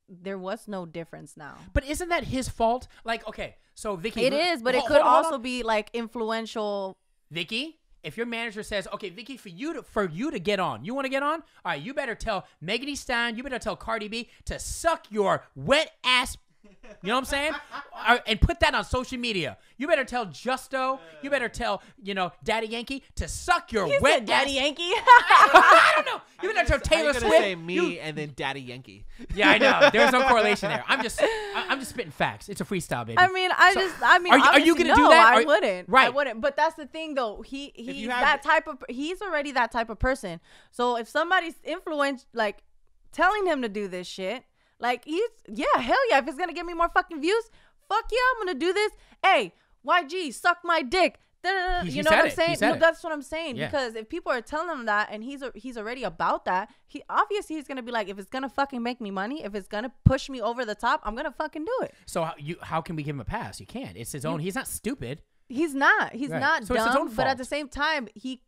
there was no difference now. But isn't that his fault? Like, okay, so Vicky. It is, but it Ho- could hold on, also be like influential. Vicky. If your manager says, "Okay, Vicky, for you to for you to get on, you want to get on? All right, you better tell Megan Thee Stein, you better tell Cardi B to suck your wet ass You know what I'm saying? *laughs* Uh, and put that on social media. You better tell Justo. You better tell you know Daddy Yankee to suck your He wet said Daddy ass- *laughs* Yankee. *laughs* I don't know. You better tell How you Taylor gonna Swift. say me You- and then Daddy Yankee. yeah, I know. There's no correlation there. I'm just I- I'm just spitting facts. It's a freestyle, baby. I mean, I So- just, I mean, are you, are you obviously, gonna do no, that? I Are- wouldn't. I Right. wouldn't. But that's the thing, though. He he's you have- that type of. He's already that type of person. So if somebody's influenced, like telling him to do this shit, like he's yeah, hell yeah. If it's gonna get me more fucking views, fuck yeah, I'm gonna do this. Hey, YG, suck my dick. Da, da, da. He- he You know said what I'm it. He saying? said No, it. that's what I'm saying. Yeah. Because if people are telling him that, and he's he's already about that, he obviously he's gonna be like, if it's gonna fucking make me money, if it's gonna push me over the top, I'm gonna fucking do it. So how, you how can we give him a pass? You can't. It's his own. He's not stupid. He's not. He's Right. not So it's his dumb. own But fault. at the same time, he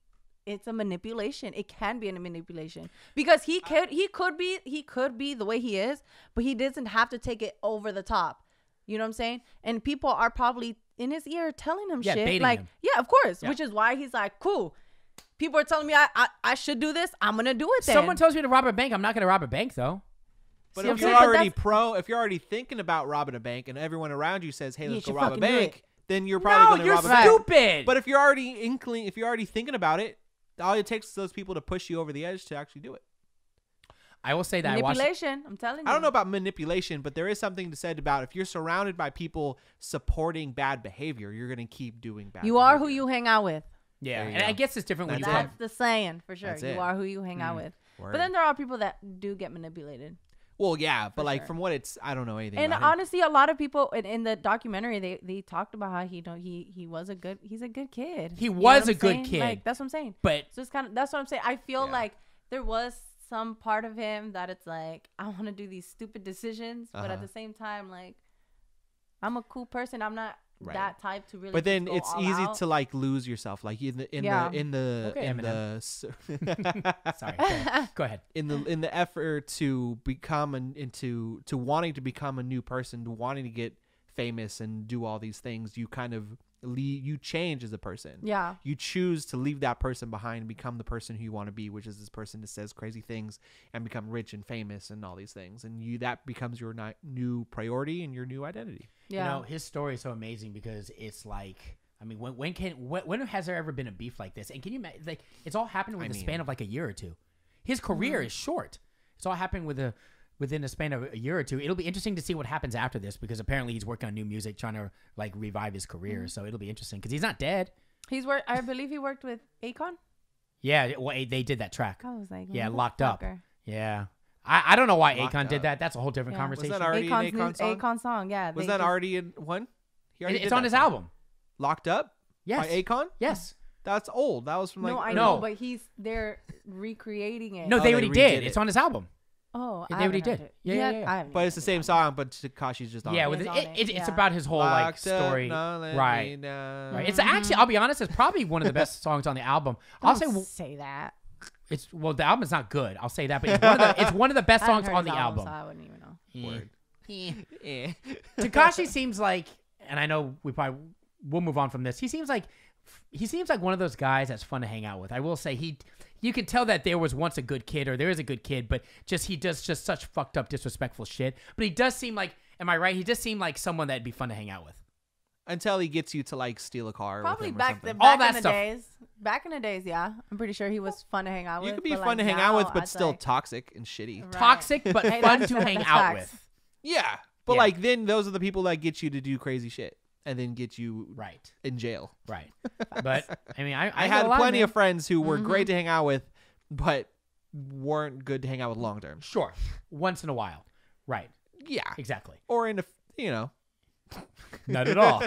it's a manipulation. It can be a manipulation because he could he could be he could be the way he is, but he doesn't have to take it over the top. You know what I'm saying? And people are probably in his ear telling him Yeah, shit baiting like, him. yeah, of course. Yeah. Which is why he's like, cool. People are telling me I I, I should do this. I'm gonna do it. Then. Someone tells me to rob a bank. I'm not going to rob a bank though. But See, I'm if you're saying, but already that's- pro, if you're already thinking about robbing a bank, and everyone around you says, "Hey, You let's should go rob a fucking do bank," it. then you're probably no, going to you're rob a bank. stupid. But if you're already inkling, if you're already thinking about it, all it takes is those people to push you over the edge to actually do it. I will say that I watched. manipulation. I'm telling you. I don't know about manipulation, but there is something to said about if you're surrounded by people supporting bad behavior, you're going to keep doing bad. You are who behavior. you hang out with. Yeah, There you and I go. guess it's different when you That's come. That's the saying for sure. That's it. You are who you hang Mm. out with. Word. But then there are people that do get manipulated. Well, yeah, but like from what it's, I don't know anything. And about him. honestly, a lot of people in, in the documentary they, they talked about how he don't he he was a good he's a good kid. He You know was what a I'm good saying? kid. Like, that's what I'm saying. But- so it's kind of that's what I'm saying. I feel Yeah. like there was some part of him that it's like *laughs* I want to do these stupid decisions, but at Uh-huh. the same time, like I'm a cool person. I'm not Right. that type to really. but then just go it's all easy out. to like lose yourself, like in the in Yeah. the in the Okay, in Eminem. the s- *laughs* Sorry, *laughs* go ahead. Go ahead. in the in the effort to become and into to wanting to become a new person, to wanting to get famous and do all these things, you kind of leave, you change as a person. Yeah. You choose to leave that person behind and become the person who you want to be, which is this person that says crazy things and become rich and famous and all these things. And you that becomes your ni- new priority and your new identity. yeah. You know, his story is so amazing because it's like, I mean, when when can when, when has there ever been a beef like this? And can you imagine? Like, it's all happened within the span of like a year or two. His Mm-hmm. career is short. It's all happened with a within the span of a year or two. It'll be interesting to see what happens after this because apparently he's working on new music, trying to like revive his Mm-hmm. career. So it'll be interesting because he's not dead. he's work. I believe he worked with Akon. Yeah, well, eh, they did that track. Oh, I was like, yeah, motherfucker. locked up. Yeah, I, I don't know why Locked Akon Up. did that. That's a whole different Yeah. Was Was conversation. that already Akon's an new- Akon song? Akon song. Yeah, Was they that just- already in one? He already It- did it's on that his song. Oh, album. Locked Up. Yes. By Akon. Yes. That's old. That was from like no, I early- No. know, but he's they're recreating it. No, Oh, they they already redid did. it. It's on his album. oh, Yeah, I they already haven't heard did. it. Yeah, yeah, yeah. I haven't But heard it's the it. same song, but Takashi's just on. Yeah, it. with He's it, on it, it's it, yeah. about his whole like Locked up, story, now let me right? down. Right. It's actually, I'll be honest, it's probably one of the *laughs* best songs on the album. I'll say Don't w- say that. it's well, the album's not good. I'll say that, but *laughs* it's one of the, it's one of the best I haven't songs heard on the his album. so I wouldn't even know. *laughs* Word. *laughs* Takashi seems like, and I know we probably will move on from this. He seems like he seems like one of those guys that's fun to hang out with. I will say he, you can tell that there was once a good kid or there is a good kid, but just he does just such fucked up, disrespectful shit. But he does seem like, am I right? He does seem like someone that'd be fun to hang out with. Until he gets you to like steal a car. Probably with him or back something. the, back All that in the stuff. days. Back in the days, yeah. I'm pretty sure he was fun to hang out with. You could be but, fun like, to hang out with, now, but it's still *laughs* like, toxic and shitty. right. Toxic, but Hey, fun that's- to hang that's out facts. with. Yeah, but Yeah. like then those are the people that get you to do crazy shit and then get you Right. in jail. Right. But I mean, I, I, I, know had a lot plenty of, of friends who Mm-hmm. were great to hang out with, but weren't good to hang out with long term. sure once in a while. Right. Yeah, Exactly. or in a f- you know Not at *laughs* all.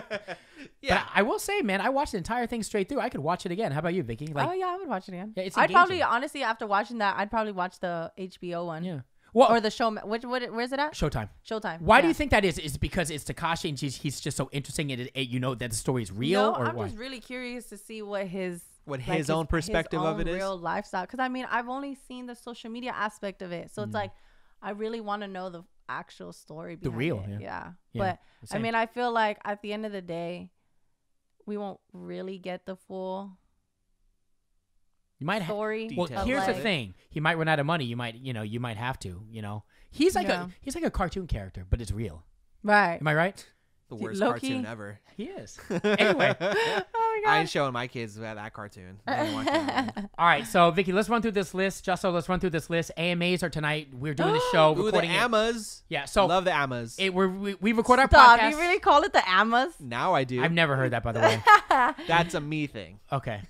Yeah. But I will say, man, I watched the entire thing straight through. I could watch it again. How about you, Vicky? Like, oh yeah, I would watch it again. Yeah, it's I'd probably engaging. honestly after watching that, I'd probably watch the HBO one. yeah. Well, Oh, Or the show. Which what? Where's it at? Showtime. Showtime. Why do yeah. you think that is? Is it because it's Takashi and she's, he's just so interesting and it, it- you know that the story is real No, or I'm what? just really curious to see what his What his own perspective of it own is? real lifestyle. Because I mean, I've only seen the social media aspect of it, so Mm. it's like I really want to know the actual story. Behind real, it. yeah. yeah. Yeah, But I same. mean, I feel like at the end of the day, we won't really get the full you might ha- story. Well, Details. of, here's the like- thing: he might run out of money. You might, you know, you might have to. You know, he's like Yeah. a he's like a cartoon character, but it's real. Right. Am I right? The worst Loki. cartoon ever. He is. *laughs* anyway, *laughs* Oh my *laughs* I ain't gosh. showing my kids that, that cartoon. They don't *laughs* want that one. all right. So Vicky, let's run through this list. Just so let's run through this list. AMAs are tonight. We're doing the show. Ooh, the recording it. Amas. Yeah, so- love the Amas. It, we're, we we record our Stop. podcast. You really call it the Amas? *laughs* now I do. I've never heard that by the way. That's a me thing. Okay.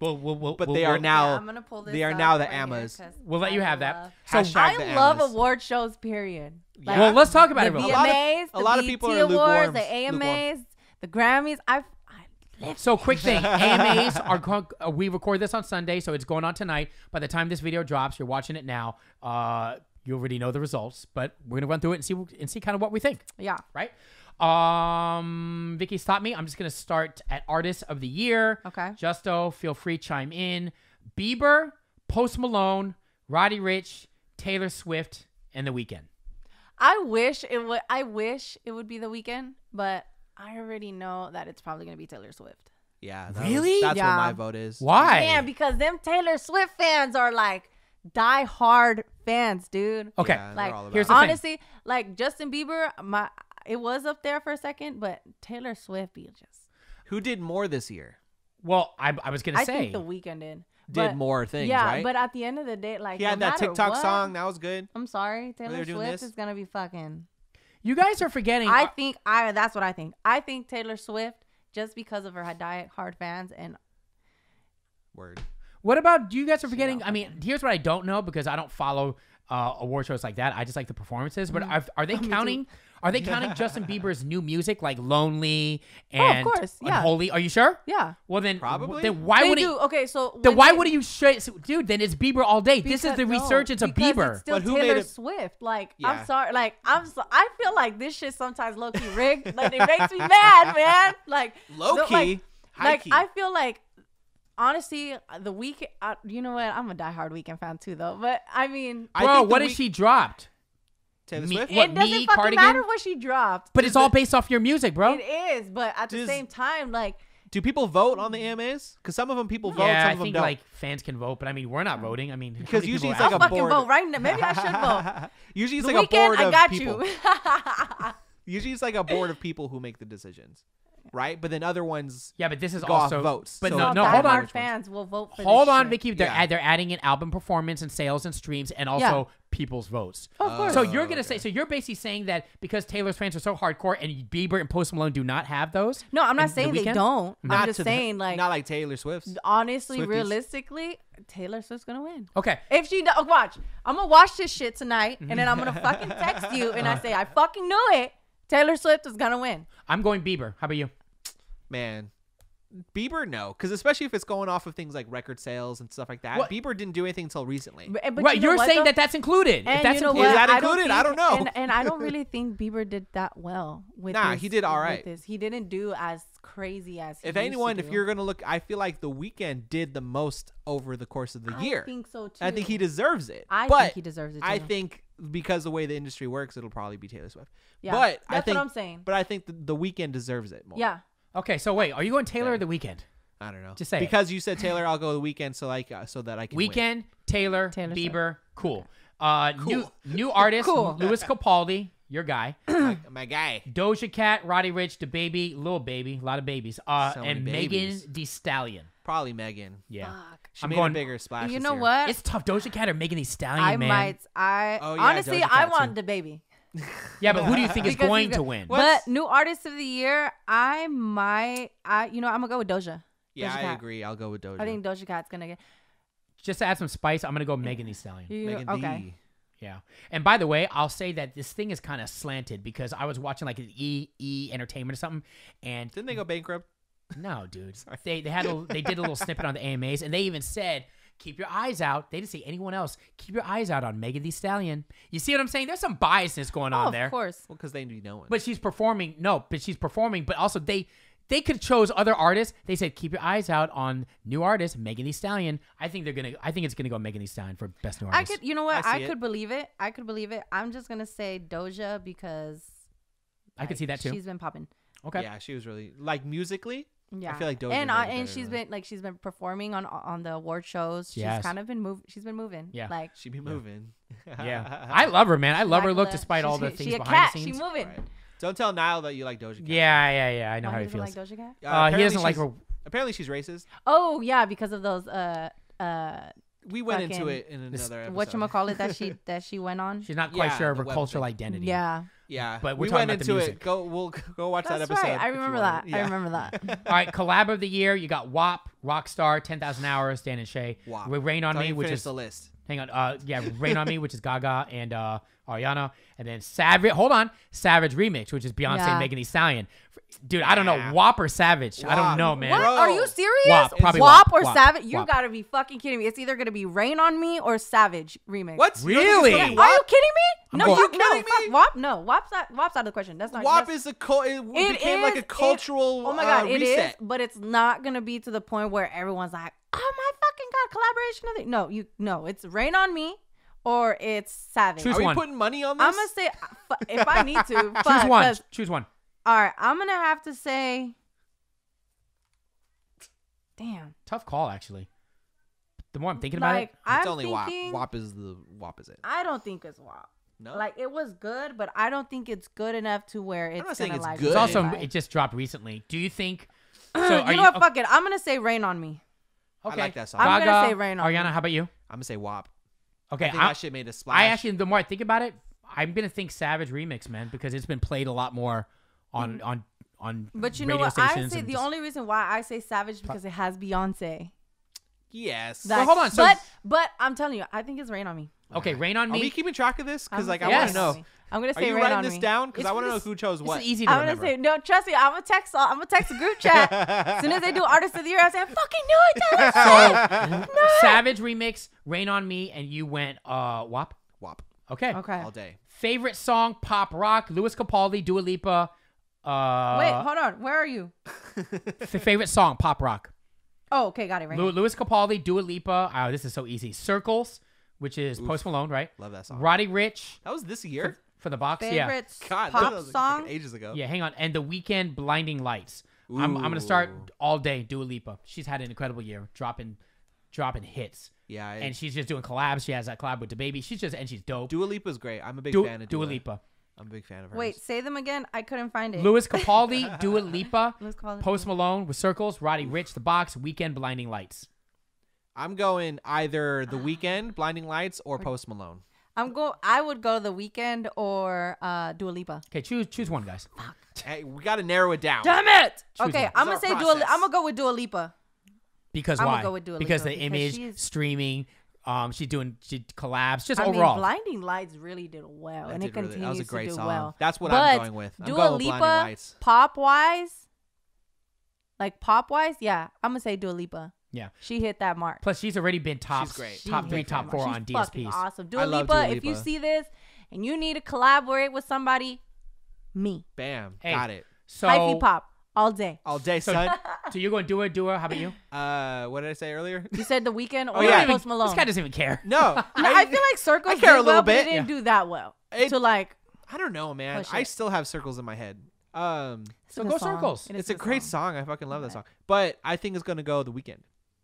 We'll, we'll, we'll, But we'll, they are we'll- now. I'm gonna pull this. they are up now the right here Amas. 'cause We'll let you I have that. love- So Hashtag I the love Amas. award shows. Period. Like, well, let's talk about it. the real VMA quick. VMAs, a the lot of BET people are awards, lukewarm- the AMAs, the Grammys. I've I live. So quick thing, AMAs are con- uh, we record this on Sunday, so it's going on tonight. By the time this video drops, you're watching it now. Uh, you already know the results, but we're gonna run through it and see and see kind of what we think, Yeah. right? Um, Vicky, stop me. I'm just gonna start at artist of the year. Okay. Justo, feel free chime in. Bieber, Post Malone, Roddy Rich, Taylor Swift, and The Weeknd. I wish it would. I wish it would be the weekend, but I already know that it's probably gonna be Taylor Swift. Yeah. that was- Really? that's Yeah. where my vote is. Why? Man, because them Taylor Swift fans are like die hard fans, dude. okay. Yeah, they're Like, all about here's it. the thing. honestly, like Justin Bieber, my it was up there for a second, but Taylor Swift be just. Who did more this year? Well, I, I was gonna I say think the weekend did Did more things, Yeah, right? but at the end of the day, like He no had that matter TikTok what- song. That was good. I'm sorry, Taylor they're doing Swift this? is gonna be fucking. you guys are forgetting. I think I. That's what I think. I think Taylor Swift just because of her diet hard fans and Word. What about you guys are forgetting? I mean, here's what I don't know because I don't follow uh, award shows like that. I just like the performances. Mm-hmm. But are, *laughs* are they counting? Are they counting Justin Bieber's new music like "Lonely" and Oh, course, yeah. "Unholy"? Are you sure? yeah. Well, then Probably. Then why they would do. it? Okay, so Then when why they- would you, sh- dude? Then it's Bieber all day. this is because- the no, resurgence of because Bieber. It's still But who Taylor made it- Swift. Like Yeah. I'm sorry. Like I'm. So, I feel like this shit sometimes low key rigged. Like it makes me mad, man. Like Low no, key? Like, High like, key? I feel like honestly, the week. Uh, you know what? I'm a diehard weekend fan too, though. But I mean, I Bro, think the what has week- she dropped? Taylor Me- Swift. what, it doesn't me, fucking Cardigan? matter what she dropped. But it's all based off your music, bro. It is, but at the Does- same time, like Do people vote on the AMAs? Because some of them people vote, yeah, some I of them think don't. like *laughs* fans can vote, but I mean, we're not voting. I mean, how Because many usually people it's like I'll a fucking board. vote right now. Maybe I should *laughs* vote. *laughs* Usually it's the like a weekend, board I of got *laughs* people. you. Usually it's like a board of people who make the decisions, right? But then other ones. Yeah, but this is go off also votes. But So no, it's no, not hold that on. much. Fans will vote for Hold this on, shit. Vicky. They're Yeah. add- they're adding in album performance and sales and streams and also Yeah. Oh, people's votes. Of course. so you're gonna say so you're basically saying that because Taylor's fans are so hardcore and Bieber and Post Malone do not have those. No, I'm not and The saying they Weeknd? don't. I'm Not just to the- saying, like, not like Taylor Swift's. honestly, Swifties. realistically, Taylor Swift's gonna win. Okay. If she do- oh, watch, I'm gonna watch this shit tonight, and then I'm gonna fucking text you, *laughs* and Uh. I say, I fucking knew it. Taylor Swift is gonna win. I'm going Bieber. How about you? Man, Bieber, no, because especially if it's going off of things like record sales and stuff like that. What- Bieber didn't do anything until recently. But, but right, you know are what, saying though? that that's included. If And that's you know included- what? Is that think, included? I don't know. And, and *laughs* I don't really think Bieber did that well with. Nah, this- he did all with right. This. He didn't do as crazy as. He if used anyone, to if do. you're gonna look, I feel like the weekend did the most over the course of the I year. think so, I think too. he deserves it. I But think he deserves it, I too. think because the way the industry works, it'll probably be Taylor Swift. Yeah, but that's I what think, I'm saying. But I think the, the weekend deserves it more. yeah, okay, so wait, are you going Taylor or the weekend? I don't know. Just say it. because you said Taylor, I'll go the weekend. So like, uh, so that I can win. Weekend, Taylor, Taylor Swift. Bieber, cool. Uh, new new artist, Cool. *laughs* Louis Capaldi, your *coughs* guy. My, my guy. Doja Cat, Roddy Rich, the baby, little baby, a lot of babies. Uh, So many and babies. Megan D Stallion. Probably Megan. Yeah. She I'm made going- a bigger splash. you this know year. what? It's tough. Doja Cat or Megan Thee Stallion, I man. might. I Oh, yeah, honestly, Doja I Cat, want too. the baby. Yeah, but who do you *laughs* think is Because going he's to got- win? What's- But new artist of the year, I might. I you know I'm gonna go with Doja. Yeah, Doja I Cat. agree. I'll go with Doja. I think Doja Cat's gonna get. Just to add some spice, I'm gonna go Megan Thee Stallion. You, Megan okay. D. Yeah. And by the way, I'll say that this thing is kind of slanted because I was watching like an E E Entertainment or something, *laughs* and Didn't they go bankrupt? no, dude, they they had a, they did a little snippet on the AMAs, and they even said. Keep your eyes out. They didn't say anyone else. Keep your eyes out on Megan Thee Stallion. You see what I'm saying? There's some biasness going Oh, on of there. course. Well, because they knew no one. But she's performing. No, but she's performing. But also they they could chose other artists. They said keep your eyes out on new artist Megan Thee Stallion. I think they're gonna. I think it's gonna go Megan Thee Stallion for best new I artist. could. You know what? I I, see it. could believe it. I could believe it. I'm just gonna say Doja because I could see that too. She's been popping. Okay. yeah, she was really like musically. Yeah, I feel like Doja and did uh, it and better she's than- been like she's been performing on on the award shows. She's Yes. kind of been moving. She's been moving. Yeah. like She be moving. *laughs* *laughs* *laughs* Yeah. I love her, man. I love her Like look the- despite all the she- things She a behind cat. the She scenes. moving. Right. Don't tell Niall that you like Doja Cat. Yeah, yeah, yeah. I know how Why he do you like feels. Doja Cat? Uh, Uh, he apparently doesn't like she's- her. Apparently, she's racist. Oh yeah, because of those uh uh We went into Fucking- it in another episode. what you call it *laughs* that she that she went on. She's not quite Yeah, sure of the her web cultural thing. identity. yeah, Yeah, But we're we talking went about the into it. music. Go, we'll *laughs* go watch that that's episode. right. if I you remember want that. it. Yeah. I *laughs* remember that. All right, collab of the year. You got WAP, Rockstar, Ten Thousand Hours, Dan and Shay. WAP. We Rain on Don't Me, even which finish is the list. hang on. Uh, *laughs* yeah, Rain on Me, which is Gaga and uh Ariana, and then Savage. Hold on, Savage remix, which is Beyonce Yeah. and Megan Thee Stallion. Dude, I don't Yeah. know WAP or Savage. I WAP. don't know, man. What? Bro. Are you serious? WAP, probably WAP, WAP or WAP, Savage? You WAP. gotta be fucking kidding me. It's either gonna be Rain on Me or Savage remix. What? You don't think it's Really? gonna be Are Are WAP? you kidding me? no, going- fuck You no, kidding fuck me? WAP. No, WAP's not, WAP's out of the question. That's not. WAP that's- is a cul- it, It became like is- a it- cultural oh my god, uh, it is, reset. but it's not gonna be to the point where everyone's like, oh my fucking god, collaboration of the no, you no, it's rain on me or it's savage. Choose Are we one. putting money on this? I'm gonna say uh, fu- if *laughs* I need to. fuck, Choose one. 'cause- Choose one. All right, I'm gonna have to say. Damn, Tough call, actually. The more I'm thinking about like it, I'm it's only thinking, WAP. WAP is the WAP is it? I don't think it's WAP. No. Like it was good, but I don't think it's good enough to where it's not saying gonna it's like. good. it's also unify. it just dropped recently. Do *clears throat* you think? *clears throat* So are you know you- what? Fuck it. I'm gonna say rain on me. I like that song. I'm I'm, gonna Gaga, say Rain on Ariana, Me. how about you? gonna say WAP. Okay, I think I, that shit made a splash. I actually the more I think about it, I'm gonna think Savage Remix, man, because it's been played a lot more on Mm. on on. But you know radio what? stations I say and the just- only reason why I say savage is because it has Beyonce. yes. That- hold on, so- but but I'm telling you, I think it's rain on me. Okay, Rain on Are we Me. keeping track of this? Because I'm like gonna I want Yes. say to Rain On know. Me. I'm gonna Are say you rain writing on this me. down? Because It's I want to know this- who chose This what. is easy to I'm gonna remember. say no. Trust me, I'm gonna text. All, I'm gonna text the group chat *laughs* as soon as they do artist of the year. I say, I fucking knew it. Taylor Swift." Savage Remix, Rain on Me, and you went uh WAP. WAP Okay. Okay. all day. Favorite song, pop rock, Louis Capaldi, Dua Lipa. *laughs* Uh, Wait, hold on. Where are you? f- favorite song, pop rock. Oh, okay, got it. Rain. Lu- Louis Capaldi, Dua Lipa. Oh, this is so easy. Circles, which is Post Malone, right? Love that song. Roddy Rich That was this year. for the box. Yeah. Favorite God, that pop was, like, song. ages ago. Yeah, hang on. And the weekend blinding lights. I'm, I'm gonna start all day Dua Lipa. She's had an incredible year, dropping, dropping hits, Yeah. I, and she's just doing collabs. She has that collab with the baby. She's just and she's dope. Dua Lipa's great. I'm a big Du- fan of Dua Lipa, I'm a big fan of her. Wait, say them again. I couldn't find it. Louis *laughs* Capaldi, Dua Lipa, Louis Capaldi. Post Malone with Circles, Roddy Rich, The Box, Weekend Blinding Lights. I'm going either Ah. The Weeknd, Blinding Lights, or Post *laughs* Malone. I'm go. I would go the weekend or uh, Dua Lipa. Okay, choose choose one, guys. Hey, we got to narrow it down. Damn it! Choose okay, one. I'm gonna It's say our Dua. Li- process. I'm gonna go with Dua Lipa. Because I'm gonna why? go with Dua because Lipa, the because image she's- streaming. Um, she's doing she collabs. Just I overall, mean, Blinding Lights really did well, and it did really- continues that was a great to do song. well. That's what but I'm going with. I'm Dua going with Blinding Lipa, Lights. pop wise, like pop wise, yeah, I'm gonna say Dua Lipa. yeah. She hit that mark. Plus, she's already been top She's great. She top hit three, that top mark. four She's on fucking DSPs. Awesome, Dua I Lipa, love Dua If you Lipa. see this and you need to collaborate with somebody, me, Bam. Hey. Got it. So, hyphy pop all day. All day, so, *laughs* son. so you're going Dua Dua? How about you? Uh, what did I say *laughs* earlier? You said the weekend or Oh, yeah. Don't I even- Post Malone. This guy doesn't even care. No, No, I feel like circles I care did a little well, but it bit. didn't do that well. It- so like, I don't know, man. Push I it. still have circles in my head. Um, it's So a good go song. circles. It is it's a good great song. song. I fucking love that song. But I think it's gonna go the weekend.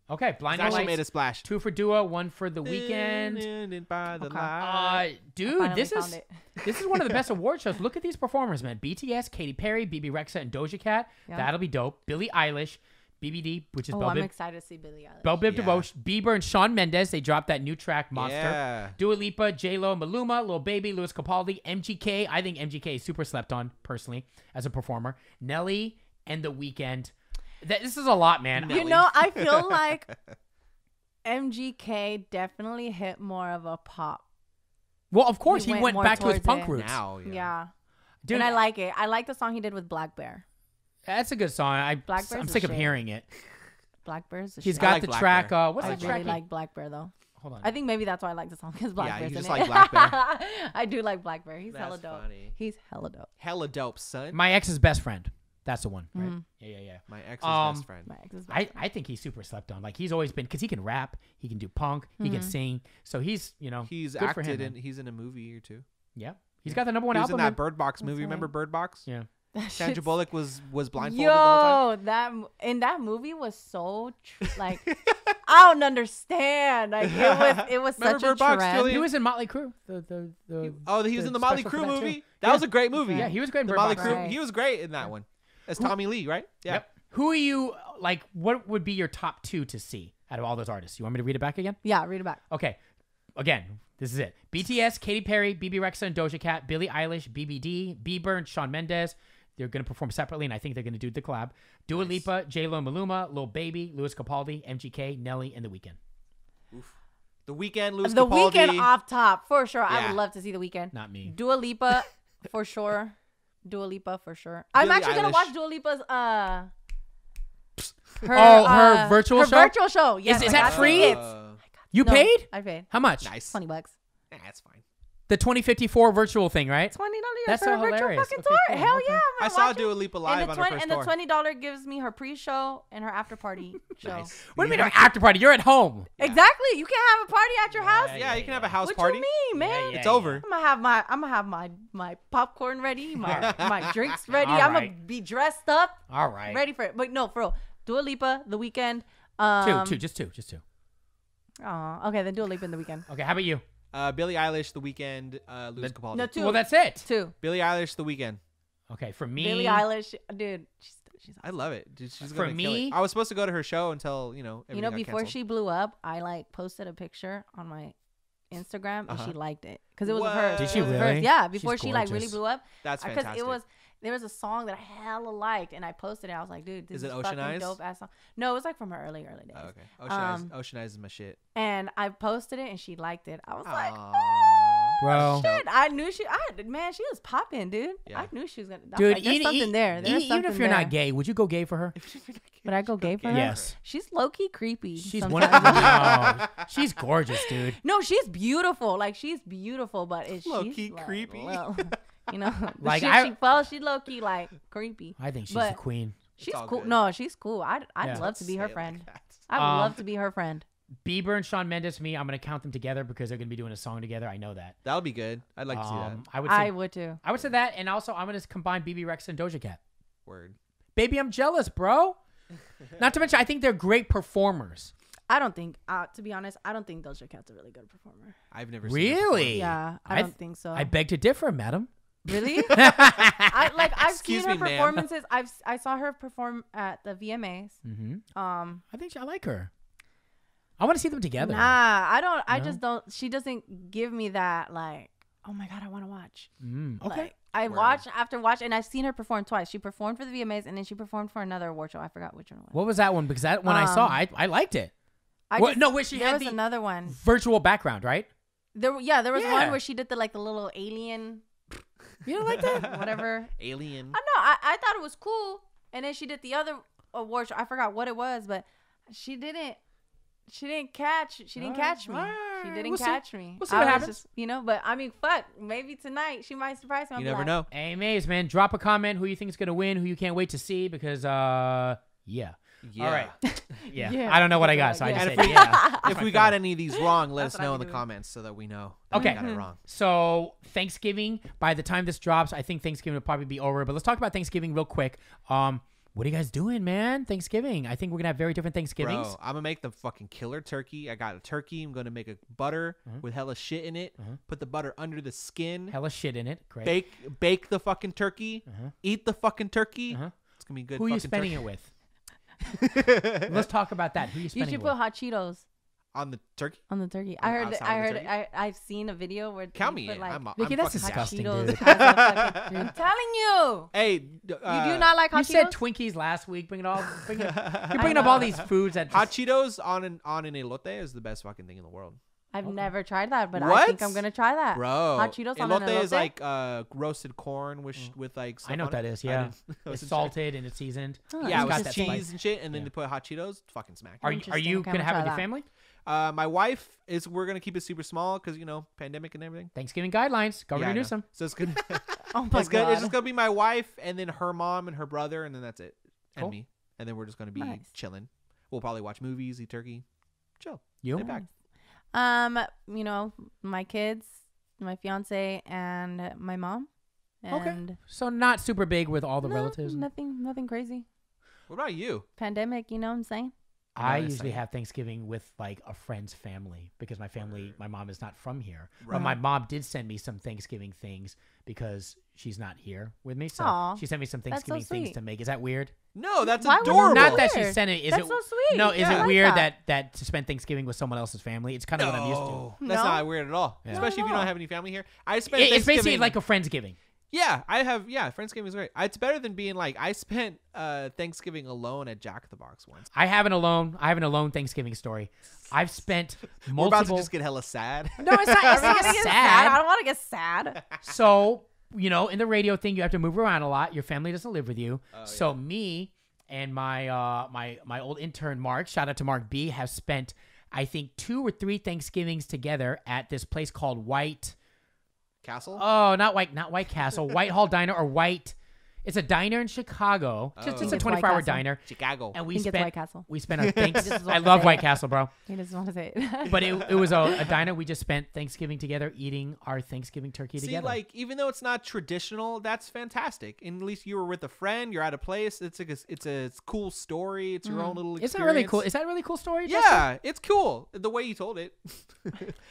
Okay, It blind actually made a lights. splash. Two for Dua, one for the weekend. by the Okay. light. Uh, dude, finally this found is it. *laughs* this is one of the best award shows. Look at these performers, man. BTS, Katy Perry, BB Rexa, and Doja Cat. Yeah. That'll be dope. Billie Eilish, BBD, which is Oh, Bell I'm Bib- excited to see Billie Eilish. Bell Bib Yeah. DeVoe, Bieber, and Sean Mendes. They dropped that new track, Monster. Yeah. Dua Lipa, J Lo, Maluma, Lil Baby, Louis Capaldi, MGK. I think MGK is super slept on personally as a performer. Nelly and The Weeknd. That this is a lot, man. you know, I feel like MGK definitely hit more of a pop. Well, of course He he, went went, more back to his towards punk it. roots. Now, Yeah. Oh, yeah. Dude, and I like it. I like the song he did with Black Bear. that's a good song. I, Black Bear's I'm the sick of shit. hearing it. Black Bear's the He's shit. got like the Black track. Bear. Uh, what's I that really track? like Black Bear though. Hold on. I think maybe that's why I like the song because Black Yeah, Bear's you just in like it. Black *laughs* I do like Black Bear. He's hella That's dope. funny. He's hella dope. Hella dope, son. My ex's best friend. That's the one. Right? Mm-hmm. Yeah, yeah, yeah. My ex's Um, best friend. My *laughs* ex is I, I think he's super slept on. Like he's always been because he can rap, he can do punk, he can sing. So he's you know He's good acted for him. in. man. He's in a movie or two. yeah, he's got the number one He was album. in that man. Bird Box movie. Remember Bird Box? yeah, Sandra Bullock was was blindfolded the whole time. Yo, that m- and that movie was so tr- like I don't understand. Like it was, *laughs* it was Remember such a Bird Box, trend. Julian? He was in Motley Crue. The, the, the, Oh, he was the in the Molly special Crew for that, too. movie. That was a great movie. Yeah, he was great in The Bird Molly Box. Crew. Right. He was great in that one. As Tommy Lee, right? Yeah. Yep. Who are you like? What would be your top two to see out of all those artists? You want me to read it back again? Yeah, read it back. Okay. Again, this is it. BTS, Katy Perry, BB Rexa and Doja Cat, Billie Eilish, BBD, Bieber and Shawn Mendes. They're going to perform separately, and I think they're going to do the collab. Dua Lipa, J-Lo and Maluma, Lil Baby, Louis Capaldi, MGK, Nelly, and The Weeknd. The weekend, Louis The Capaldi. weekend off top for sure. I Yeah. would love to see the weekend. Not me. *laughs* Dua Lipa for sure. Dua Lipa for sure. I'm Billie actually gonna Eilish. watch Dua Lipa's uh. Her, uh, Oh, her virtual her show? virtual show. Yes, is I that got the free? tickets. Uh, You No, paid? I paid. How much? nice. Twenty Oh, bucks. Nah, that's fine. The 2054 virtual thing, right? Twenty dollars. That's for so a virtual hilarious. Fucking Okay, tour. cool, Hell okay. yeah! I I'm saw watch it. Dua Lipa live and the on her first and the tour. twenty dollar gives me her pre-show and her *laughs* after party show. Nice. What do you mean an after party? You're at home. Exactly. You can't have a party at your house. Yeah, you can have a house What party. you mean, man? yeah, It's over. I'm gonna have my I'm gonna have my my popcorn ready, my *laughs* my drinks ready. All I'm gonna right. be dressed up, All right. ready for it. But no, for real, Dua Lipa the weekend. Um, two, two, just two, just two. aw, okay, then Dua Lipa in the weekend. Okay, how about you? Uh, Billie Eilish, The Weekend, uh, Louis Capaldi. No, two. Well, that's it. two. Billie Eilish, The Weekend. Okay, for me, Billie Eilish, dude, she's she's. I love it. Dude, she's For gonna kill me- it. I was supposed to go to her show until you know. You know, everything got before canceled. she blew up, I like posted a picture on my Instagram and Uh-huh. she liked it because it was What? of her. Did it she was hers. really? Yeah, before She's she like really gorgeous. blew up. That's because fantastic. it was there was a song that I hella liked and I posted it. I was like, dude, this Is is, it Ocean fucking Eyes? dope ass song. No, it was like from her early early days. Oh, okay. Ocean Eyes. Um, Ocean Eyes is my *laughs* shit. And I posted it and she liked it. I was like, Aw. *laughs* bro. shit, I knew she. I man, she was popping, dude. Yeah. I knew she was gonna. I was Dude, like, there's even, something even- there. There's even something if you're there. not gay, would you go gay for her? would I go gay for her? Yes. She's low key creepy. She's sometimes. one of the, *laughs* no, she's gorgeous, dude. No, she's beautiful. Like she's beautiful, but it's Low she's, key like, creepy. *laughs* low- you know, Like, like shit I- she falls, she low key like creepy. I think she's But the queen. She's all cool. good. No, she's cool. I'd I'd Yeah. love to be her Say it like friend. that. I would Um, love to be her friend. Bieber and Sean Mendes, me, I'm gonna count them together because they're gonna be doing a song together. I know that. That'll be good. I'd like to see that. Um, I would say, I I would too. would say that, and also I'm gonna combine BB Rex and Doja Cat. Word. Baby, I'm jealous, *laughs* bro. Not to mention, I think they're great performers. I don't think. Uh, to be honest, I don't think Doja Cat's a really good performer. I've never seen. it. Really? Yeah, I th- don't think so. *laughs* I beg to differ, madam. Really? I like I've Excuse seen her me, ma'am. performances. I've s- I saw her perform at the VMAs. Um, Mm-hmm. I think she, I like her. I want to see them together. nah, I don't. I just don't. She doesn't give me that like. Oh my god, I want to watch. Mm, okay. Like, I watched after watch, and I've seen her perform twice. She performed for the VMAs, and then she performed for another award show. I forgot which one it was. what was that one? Because that one I saw, I, I liked it. um, I What- no, where she there had was the- another one. Virtual background, right? There, yeah, there was Yeah. one where she did the like the little alien, You don't like that? *laughs* whatever. Alien. I know. I, I thought it was cool, and then she did the other award show. I forgot what it was, but she didn't. She didn't catch. She didn't catch me. She Alright, didn't we'll see. catch me. We'll see I what was happens. you know, but I mean, fuck. Maybe tonight she might surprise me. I'll You be never like, know. Hey, Maze, man, drop a comment who you think is going to win, who you can't wait to see, because, uh, yeah. Yeah. All right. Yeah. Yeah. I don't know what I got, so I just Yeah. said, *laughs* yeah. If we got any of these wrong, let us what I know in can the do. comments so that we know. that we Okay. Got it wrong. So, Thanksgiving, by the time this drops, I think Thanksgiving will probably be over, but let's talk about Thanksgiving real quick. Um, what are you guys doing, man? Thanksgiving. I think we're going to have very different Thanksgivings. Bro, I'm gonna make the fucking killer turkey. I got a turkey. I'm gonna make a butter Mm-hmm. with hella shit in it. Put the butter under the skin. Hella shit in it. Great. bake bake the fucking turkey. Eat the fucking turkey. It's gonna be good. Mm-hmm. who are you fucking spending turkey. it with? let's talk about that. Who are you You spending should it put with? hot Cheetos *laughs* on the turkey? on the turkey. I heard. outside I of heard. the I I've seen a video where Count you me put, in. like, I'm, I'm Mickey, that's fucking down. disgusting. Cheetos. dude. as a fucking- I'm telling you, Hey, d- you uh, *laughs* do not like hot You Cheetos. said Twinkies last week. Bring it all. *laughs* Bring it, you're bringing up know. all these foods that hot Cheetos on an on an elote is the best fucking thing in the world, I've never tried that, but I What? think I'm gonna try that. bro. hot Cheetos on an is elote? like uh, roasted corn with sh- with like. Mm. I know what that is. Yeah, *laughs* it's salted and it's seasoned. Yeah, It's with got the that cheese spice. and shit, and then they put hot Cheetos. Fucking smack. Are you, are Interesting. you Okay, gonna I'll have it try with your family? that. Uh, my wife is. We're gonna keep it super small because you know pandemic and everything. Thanksgiving guidelines. Governor I know. Newsom. So *laughs* it's gonna. *laughs* *laughs* oh my it's gonna. It's God. just gonna be my wife and then her mom and her brother and then that's it and Cool. me and then we're just gonna be Nice. chilling. We'll probably watch movies, eat turkey, chill. You? Lay back. Um, you know, my kids, my fiance, and my mom. And Okay. So not super big with all the No, relatives. Nothing, nothing crazy. What about you? Pandemic, you know what I'm saying? I usually have Thanksgiving with like a friend's family because my family, my mom is not from here. But my mom did send me some Thanksgiving things because she's not here with me. So Aw, she sent me some that's so Thanksgiving things sweet. to make. Is that weird? No, that's Why would you adorable. Not Not that that she Weird. sent it. Is That's it so sweet. No, is Yeah. I it like weird that. that. that to spend Thanksgiving with someone else's family? It's kind of what I'm used to. No, that's No? not weird at all. Especially if you don't have any family here. I spent It- it's basically Thanksgiving- like a friendsgiving. yeah. I have yeah. Friendsgiving is great. It's better than being like I spent uh Thanksgiving alone at Jack in the Box once. I have an alone. I have an alone Thanksgiving story. I've spent multiple. We're about to just get hella *laughs* sad. no, it's not. It's not I *laughs* don't wanna get sad. I don't want to get sad. so you know in the radio thing you have to move around a lot your family doesn't live with you Oh, so me and my uh my my old intern mark shout out to mark b have spent i think two or three thanksgivings together at this place called white Castle. oh not white not white castle whitehall *laughs* diner or white it's a diner in Oh. chicago Just it's think a it's White 24 hour Castle. diner Chicago. and we Think it's spent White Castle. we *laughs* spent our thanks just i want to love say white it. castle *laughs* bro He doesn't want to say *laughs* it. but it, it was a, a diner we just spent thanksgiving together eating our thanksgiving turkey See, together like even though it's not traditional, that's fantastic. And at least you were with a friend. You're at a place. It's like a, it's a it's a cool story. It's your own little. is Experience. that Mm. really cool? Is that a really cool story? Justin? yeah, it's cool the way you told it. *laughs*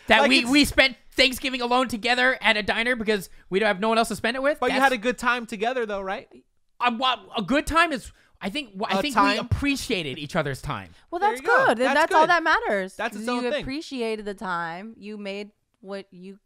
That Like, we, it's- we spent Thanksgiving alone together at a diner because we don't have no one else to spend it with. But you That's- had a good time together, though, right? a, wa- a good time is I think I A think we time. appreciated each other's time. Well, There that's you go. good. That's That's, all good. that matters. That's its you own thing. appreciated the time. You made what you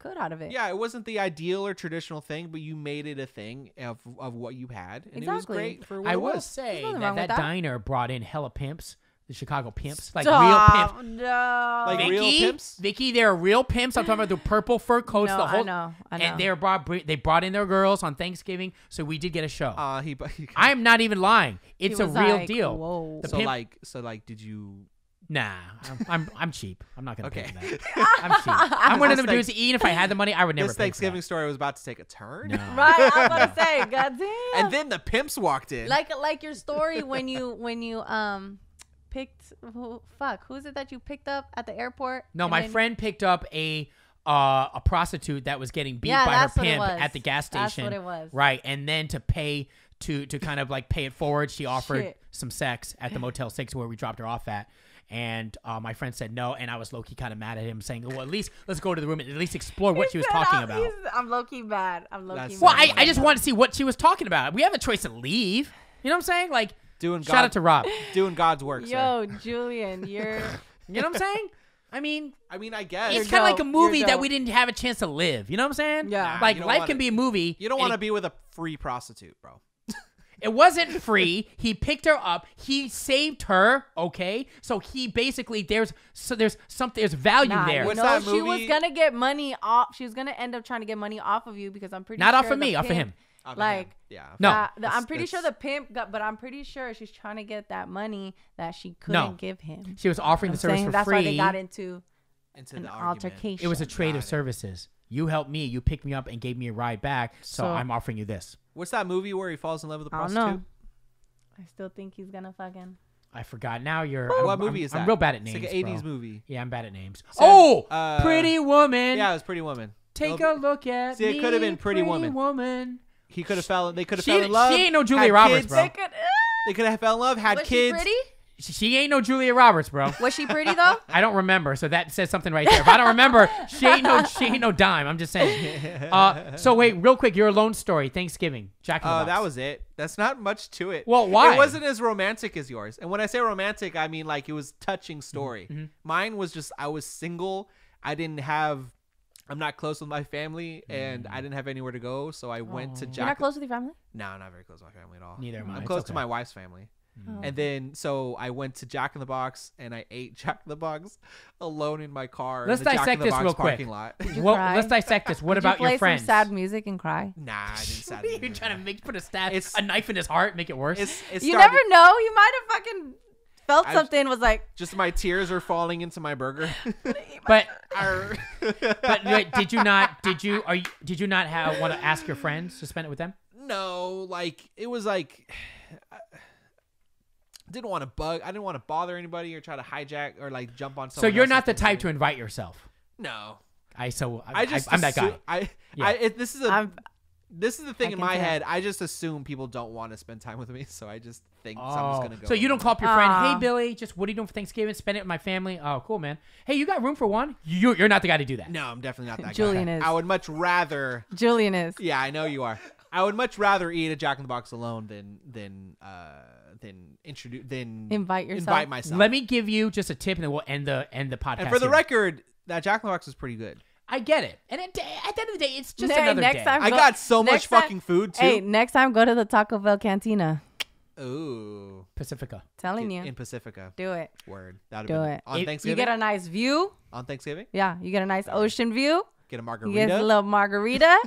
could out of it. Yeah, it wasn't the ideal or traditional thing, but you made it a thing of, of what you had, and it was Exactly. great for what I it will was. say There's nothing that wrong that, with that. diner brought in hella pimps, the Chicago pimps, like real Stop. pimps. No. Like, Vicky, real pimps? Vicky, they're real pimps. I'm talking about the purple fur coats, No, the I whole. know, I know. And they brought they brought in their girls on Thanksgiving, so we did get a show. Uh, he, *laughs* he I'm not even lying. It's a Oh. was real like, deal. "Whoa." The so pimp- like so like did you? Nah, I'm I'm, I'm cheap. I'm not gonna pay Okay. for that. I'm *laughs* cheap. I'm one of This them dudes. Even if I had the money, I would never. this pay for Thanksgiving that. story was about to take a turn, No. *laughs* Right, I was gonna say, goddamn. *laughs* and then the pimps walked in. like like your story when you when you um picked who fuck who is it that you picked up at the airport? No, And my then- *laughs* friend picked up a uh, a prostitute that was getting beat Yeah, by her that's what it pimp was. at the gas station. That's what it was. Right, and then to pay to to kind of like pay it forward, she offered Shit. some sex at the Motel Six where we dropped her off at. And uh, my friend said no, and I was low key kind of mad at him, saying, "Well, at least let's go to the room and at least explore what she was Said, talking I'm- about." he's- I'm low key mad. I'm low key. That's- mad. Well, *laughs* I, I just wanted to see what she was talking about. We have a choice to leave. You know what I'm saying? Like, Doing shout God- out to *laughs* Rob. doing God's work, sir. Yo, *laughs* Julian, you're You know what I'm saying? I mean, I mean, I guess it's kind of like a dope. movie You're that dope. we didn't have a chance to live. You know what I'm saying? Yeah. Nah, Like you don't life wanna- can be a movie. you don't and want to it- be with a free prostitute, bro. It wasn't free. he picked her up. He saved her. Okay, so he basically there's so there's something there's value nah, there. You What's know, that she was movie? gonna get money off. She was gonna end up trying to get money off of you because I'm pretty Not sure off of the me, off of pimp- him. Off of Like him. yeah, No. uh, the- That's- I'm pretty sure the that's- pimp got, but I'm pretty sure she's trying to get that money that she couldn't No. give him. She was offering the service Saying for that's free. why they got into into an the argument. altercation. It was a trade of services. You helped me. You picked me up and gave me a ride back. So, So- I'm offering you this. What's that movie where he falls in love with a I don't prostitute? know. I still think he's gonna fucking. I forgot. Now you're. What I'm, movie I'm- is that? I'm real bad at It's names. like an bro. 80s movie. Yeah, I'm bad at names. oh, uh, Pretty Woman. Yeah, it was Pretty Woman. Take It'll a be- look at See, it me, could've been Pretty Woman. He could have fell. They could have She- fell in love. she ain't no had Julia Roberts, kids. bro. They could- They could have fell in love, had Was she kids. pretty? She, she ain't no Julia Roberts, bro. Was she pretty though? *laughs* I don't remember, so that says something right there. If I don't remember, she ain't no she ain't no dime. I'm *laughs* just saying. Uh, so wait, real quick, your alone story, Thanksgiving, Jack. in the Oh, Box. that was it. That's not much to it. Well, why? It wasn't as romantic as yours. And when I say romantic, I mean like it was Mm-hmm. touching story. Mine was just I was single. I didn't have. I'm not close with my family, and Mm. I didn't have anywhere to go, so I went to Jack. You're not close with your family. No, I'm not very close to my family at all. Neither am I. I'm It's close okay. Mm. to my wife's family. Oh. And then, so I went to Jack in the Box and I ate *laughs* Jack in the Box alone in my car. in Let's the Jack in dissect the this Box real quick. parking Lot. *laughs* you Well, cry? let's dissect this. What about you play your friends? *laughs* some sad music and cry. nah, I didn't sad You're trying to make put a stab, It's- a knife in his heart, make it worse. It's, it You started- never know. You might have fucking felt I- something. and Was like, Just my tears are falling into my *laughs* burger. but *laughs* Arr. but wait, did you not? Did you are you, did you not have want to ask your friends to spend it with them? no, like it was like *sighs* I didn't want to bug. I didn't want to bother anybody or try to hijack or like jump on. So Someone you're else's not the thing. type to invite yourself. No, I so I, I just just I, am that assu- guy. I, Yeah. I it, this is a I'm, This is the thing I in can my tell. head. I just assume people don't want to spend time with me, so I just think someone's gonna go. Oh. so you don't call up your friend, Aw. hey Billy, just what are you doing for Thanksgiving? Spend it with my family. Oh, cool, man. Hey, you got room for one? You, you're not the guy to do that. No, I'm definitely not that Julian guy. is. I would much rather. Julian is. Yeah, I know you are. I would much rather eat a Jack in the Box alone than than uh than introduce than Invite yourself. Invite myself. Let me give you just a tip, and then we'll end the end the podcast. and for the here. record, that Jack in the Box was pretty good. I get it. And at, at the end of the day, it's just Hey, another next day. time I go- got so much next time- fucking food, too. Hey, next time go to the Taco Bell Cantina. Ooh, Pacifica. Telling you, in Pacifica. do it. Word. That'd Do been it. on If you You Thanksgiving. get a nice view. on Thanksgiving, Yeah, you get a nice ocean view. get a You margarita. get a *laughs* little margarita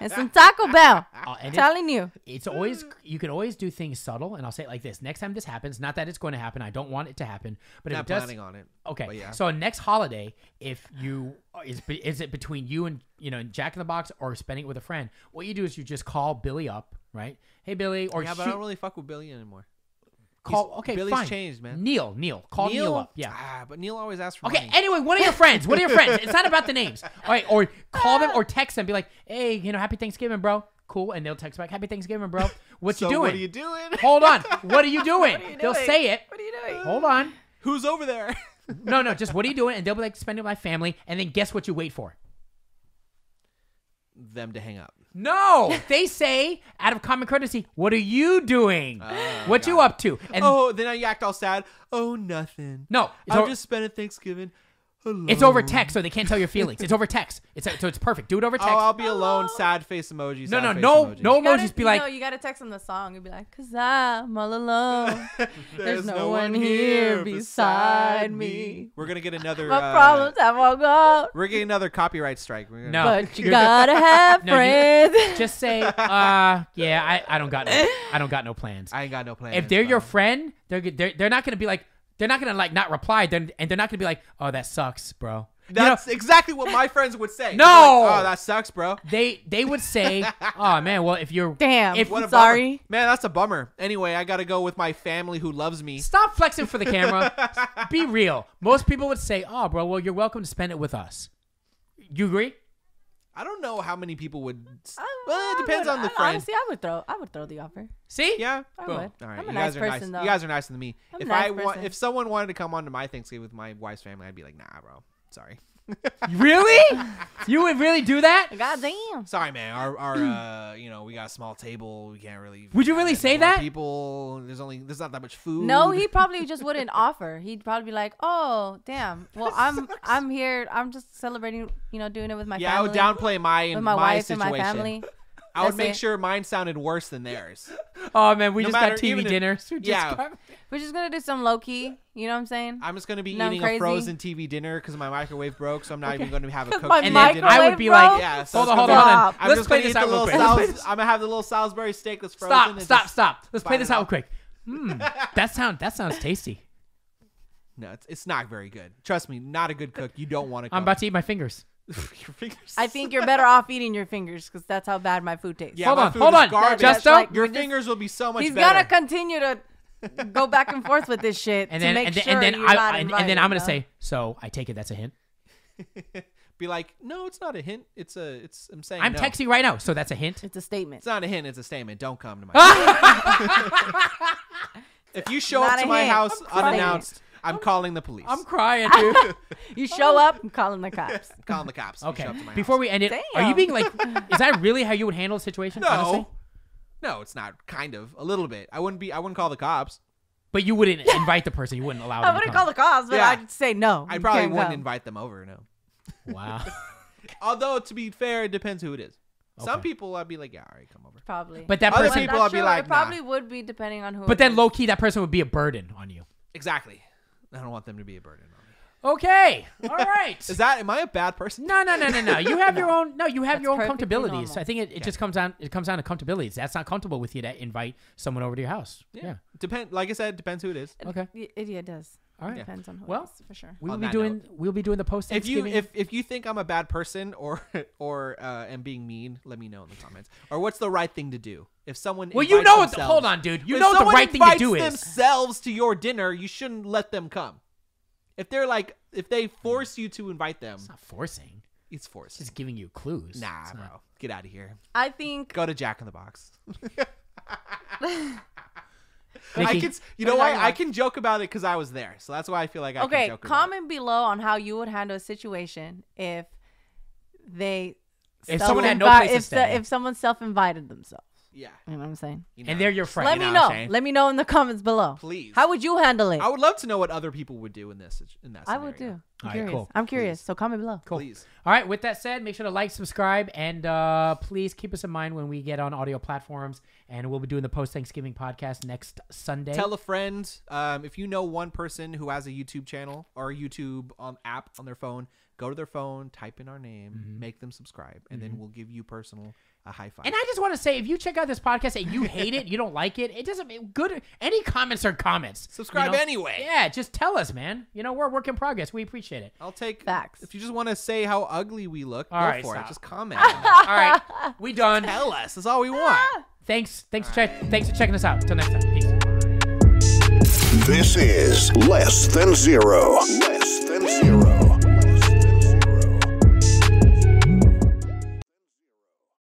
and some Taco Bell. I'll end Uh, it. Telling you, It's always you can always do things subtle, and I'll say it like this: next time this happens, not that it's going to happen, I don't want it to happen, but if Not it does, planning on it. okay. but yeah. So next holiday, if you uh, is is it between you and you know Jack in the Box or spending it with a friend, what you do is you just call Billy up, right? Hey Billy, or yeah, but I shoot, don't really fuck with Billy anymore. call he's- okay. Billy's fine. changed, man. Neil, Neil, call Neil, up. Yeah. Ah, but Neil always asks for Okay. money. Anyway, one of your friends. One of your friends. It's not about *laughs* the names. All right. Or call them or text them. Be like, hey, you know, happy Thanksgiving, bro. Cool. And they'll text back, happy Thanksgiving, bro. What so you doing? what are you doing? *laughs* Hold on. What are you doing? they'll doing? say it. what are you doing? Hold on. Who's over there? *laughs* No, no. Just what are you doing? And they'll be like, spending with my family. And then guess what you wait for? Them to hang up. No, *laughs* they say out of common courtesy, "What are you doing? what you up to?" And Ah, Oh, then I act all sad. Oh, nothing. no, it's, I'm o- just spending Thanksgiving alone. it's over text, so they can't tell your feelings. It's over text. It's so it's perfect. Do it over Oh, text. I'll be alone. Sad face emoji. no, sad no, face emoji. no, no You gotta- emojis. Be you like, know, you gotta text them the song. You'd be like, "Cause I'm all *laughs* alone. There's no one here beside me. We're gonna get another. My uh, problems have all gone, We're getting another copyright strike. We're gonna- No. *laughs* but you gotta have No, you- *laughs* friends." just say, uh, yeah, I, I don't got no, I don't got no plans. I ain't got no plan. if they're your friend, they're, g- they're they're not gonna be like they're not gonna like not reply. Then and they're not gonna be like, oh, that sucks, bro. You know, That's exactly what my friends would say. No! They'd be like, oh, that sucks, *laughs* bro. they they *laughs* would say, oh man, well if you're Damn. if What a Sorry. bummer. man. That's a bummer. Anyway, I gotta go with my family who loves me. stop flexing for *laughs* the camera, be real. Most people would say, oh, bro, well you're welcome to spend it with us. You agree? I don't know how many people would. s- I- *laughs* Well, it I depends would- on the I- friend. Honestly, I would throw. I would throw the offer. See? yeah. I Boom. would. All right, I'm a you nice guys are nice. person, though. You guys are nicer than me. I'm a if nice I wa- person. if someone wanted to come onto my Thanksgiving with my wife's family, I'd be like, nah, bro. Sorry. *laughs* Really? you would really do *laughs* that? God damn. Sorry, man. Our, *clears throat* our uh, you know, we got a small table. We can't really. Would you really have say more that? People, there's only there's not that much food. No, he probably just wouldn't offer. He'd probably be like, "Oh, damn. Well, I'm I'm here. I'm just celebrating. You know, doing it with my Yeah, I family, would downplay my with and my, my, wife situation. and my family. I would That's make it. sure mine sounded worse than theirs. Oh man, we No just matter- got TV even if- dinners. We *laughs* just yeah. got- We're just gonna do some low key. You know what I'm saying? I'm just gonna be No, I'm eating crazy. a frozen TV dinner because my microwave broke, so I'm not even gonna have *laughs* a cooked My TV and then dinner. microwave I would be broke? like, Yeah, so hold on, it's hold gonna on, be- hold on. Stop. I'm Let's just play gonna eat this out the real little quick. Sals- I'm gonna have the little Salisbury steak that's frozen. *laughs* Stop, and stop, just- stop, stop. Let's play bite this it out off. quick. *laughs* Mm, that sound that sounds tasty. No, it's, it's not very good. Trust me, not a good cook. You don't want to. I'm about to eat my fingers. *laughs* Your fingers. I think you're better off eating your fingers because that's how bad my food tastes. Yeah, Hold my on, food hold is on. garbage. Justo, Like, your we're just- fingers will be so much He's better. gotta continue to go back and forth with this shit And to then make and then, sure and then you're not I and, and invited, then I'm gonna you know? say, so I take it that's a hint. be like, no, it's not a hint. It's a. It's. I'm saying. I'm no. texting right now, so that's a hint. it's a statement. It's not a hint. It's a statement. Don't come to *laughs* my. *laughs* if you show Not up a to my hint. house I'm unannounced, I'm, calling the police. I'm *laughs* crying, dude. You show up and call him *laughs* the cops. calling the cops. if you okay. show up to my Before house. we end it, are you Damn. being *laughs* like is that really how you would handle the situation? No. Honestly? No, it's not. Kind of. A little bit. I wouldn't be. I wouldn't call the cops. But you wouldn't invite the person, you wouldn't allow them. I wouldn't call the cops, but Yeah. I'd say no. I you probably can't wouldn't come. invite them over. No. the Wow. Although to be fair, it depends who it is. Some Okay. people I'd be like, yeah, all right, come over. Probably. But that Other person people, I'd be sure, like, it nah. probably would be depending on who. but it then is. low key that person would be a burden on you. Exactly. I don't want them to be a burden. on me. Okay. All right. *laughs* Is that? Am I a bad person? No, no, no, no, no. You *laughs* have your own. No, you have your own perfectly normal. comfortabilities. So I think it, it just comes down. It comes down to comfortabilities. That's not comfortable with you to invite someone over to your house. Yeah. Depend. Like I said, depends who it is. Okay. Y- it, yeah, it does. All right. It depends on who. Well, it is, for sure. We will On be that doing. We'll be doing the post. If you if, if you think I'm a bad person or *laughs* or uh, am being mean, let me know in the comments. Or what's the right thing to do if someone? Well, you invites know what the- themselves- hold on, dude. You if know what the someone right thing to invites do is. themselves to your dinner. You shouldn't let them come. If they're like, if they force you to invite them, Hmm. it's not forcing. It's forced. Just giving you clues. nah, It's bro. not- Get out of here. I think Go to Jack in the Box. I Nikki? can, s- you know Go to Jack why? in the *laughs* I Box. can joke about it because I was there, so that's why I feel like I can okay, joke. about it. comment below on how you would handle a situation if they If someone had no self-invi- place to if stay. if someone self invited themselves. Yeah, You know what I'm saying? you know. and they're your friend. Let you me know know. what I'm saying? Let me know in the comments below. Please. How would you handle it? I would love to know what other people would do in this. In that, I scenario. would do. I'm All right, curious. cool. I'm curious. So comment below. Cool. Please. All right. With that said, make sure to like, subscribe, and uh, please keep us in mind when we get on audio platforms. And we'll be doing the post Thanksgiving podcast next Sunday. Tell a friend. Um, if you know one person who has a YouTube channel or a YouTube um, app on their phone, go to their phone, type in our name, Mm-hmm. make them subscribe, and then we'll give you personal a high five. and I just want to say, if you check out this podcast and you hate it, you don't like it, it doesn't it- good. Any comments are comments. you Subscribe know? anyway. Yeah, just tell us, man. You know, we're a work in progress. We appreciate *laughs* it. I'll take Facts. If you just want to say how ugly we look, All go right, for stop. it. Just comment. on it. All right, we done. Tell us. That's all we *laughs* want. Thanks, thanks for check, thanks for checking us out. Till next time, peace. This is Less Than Zero. Less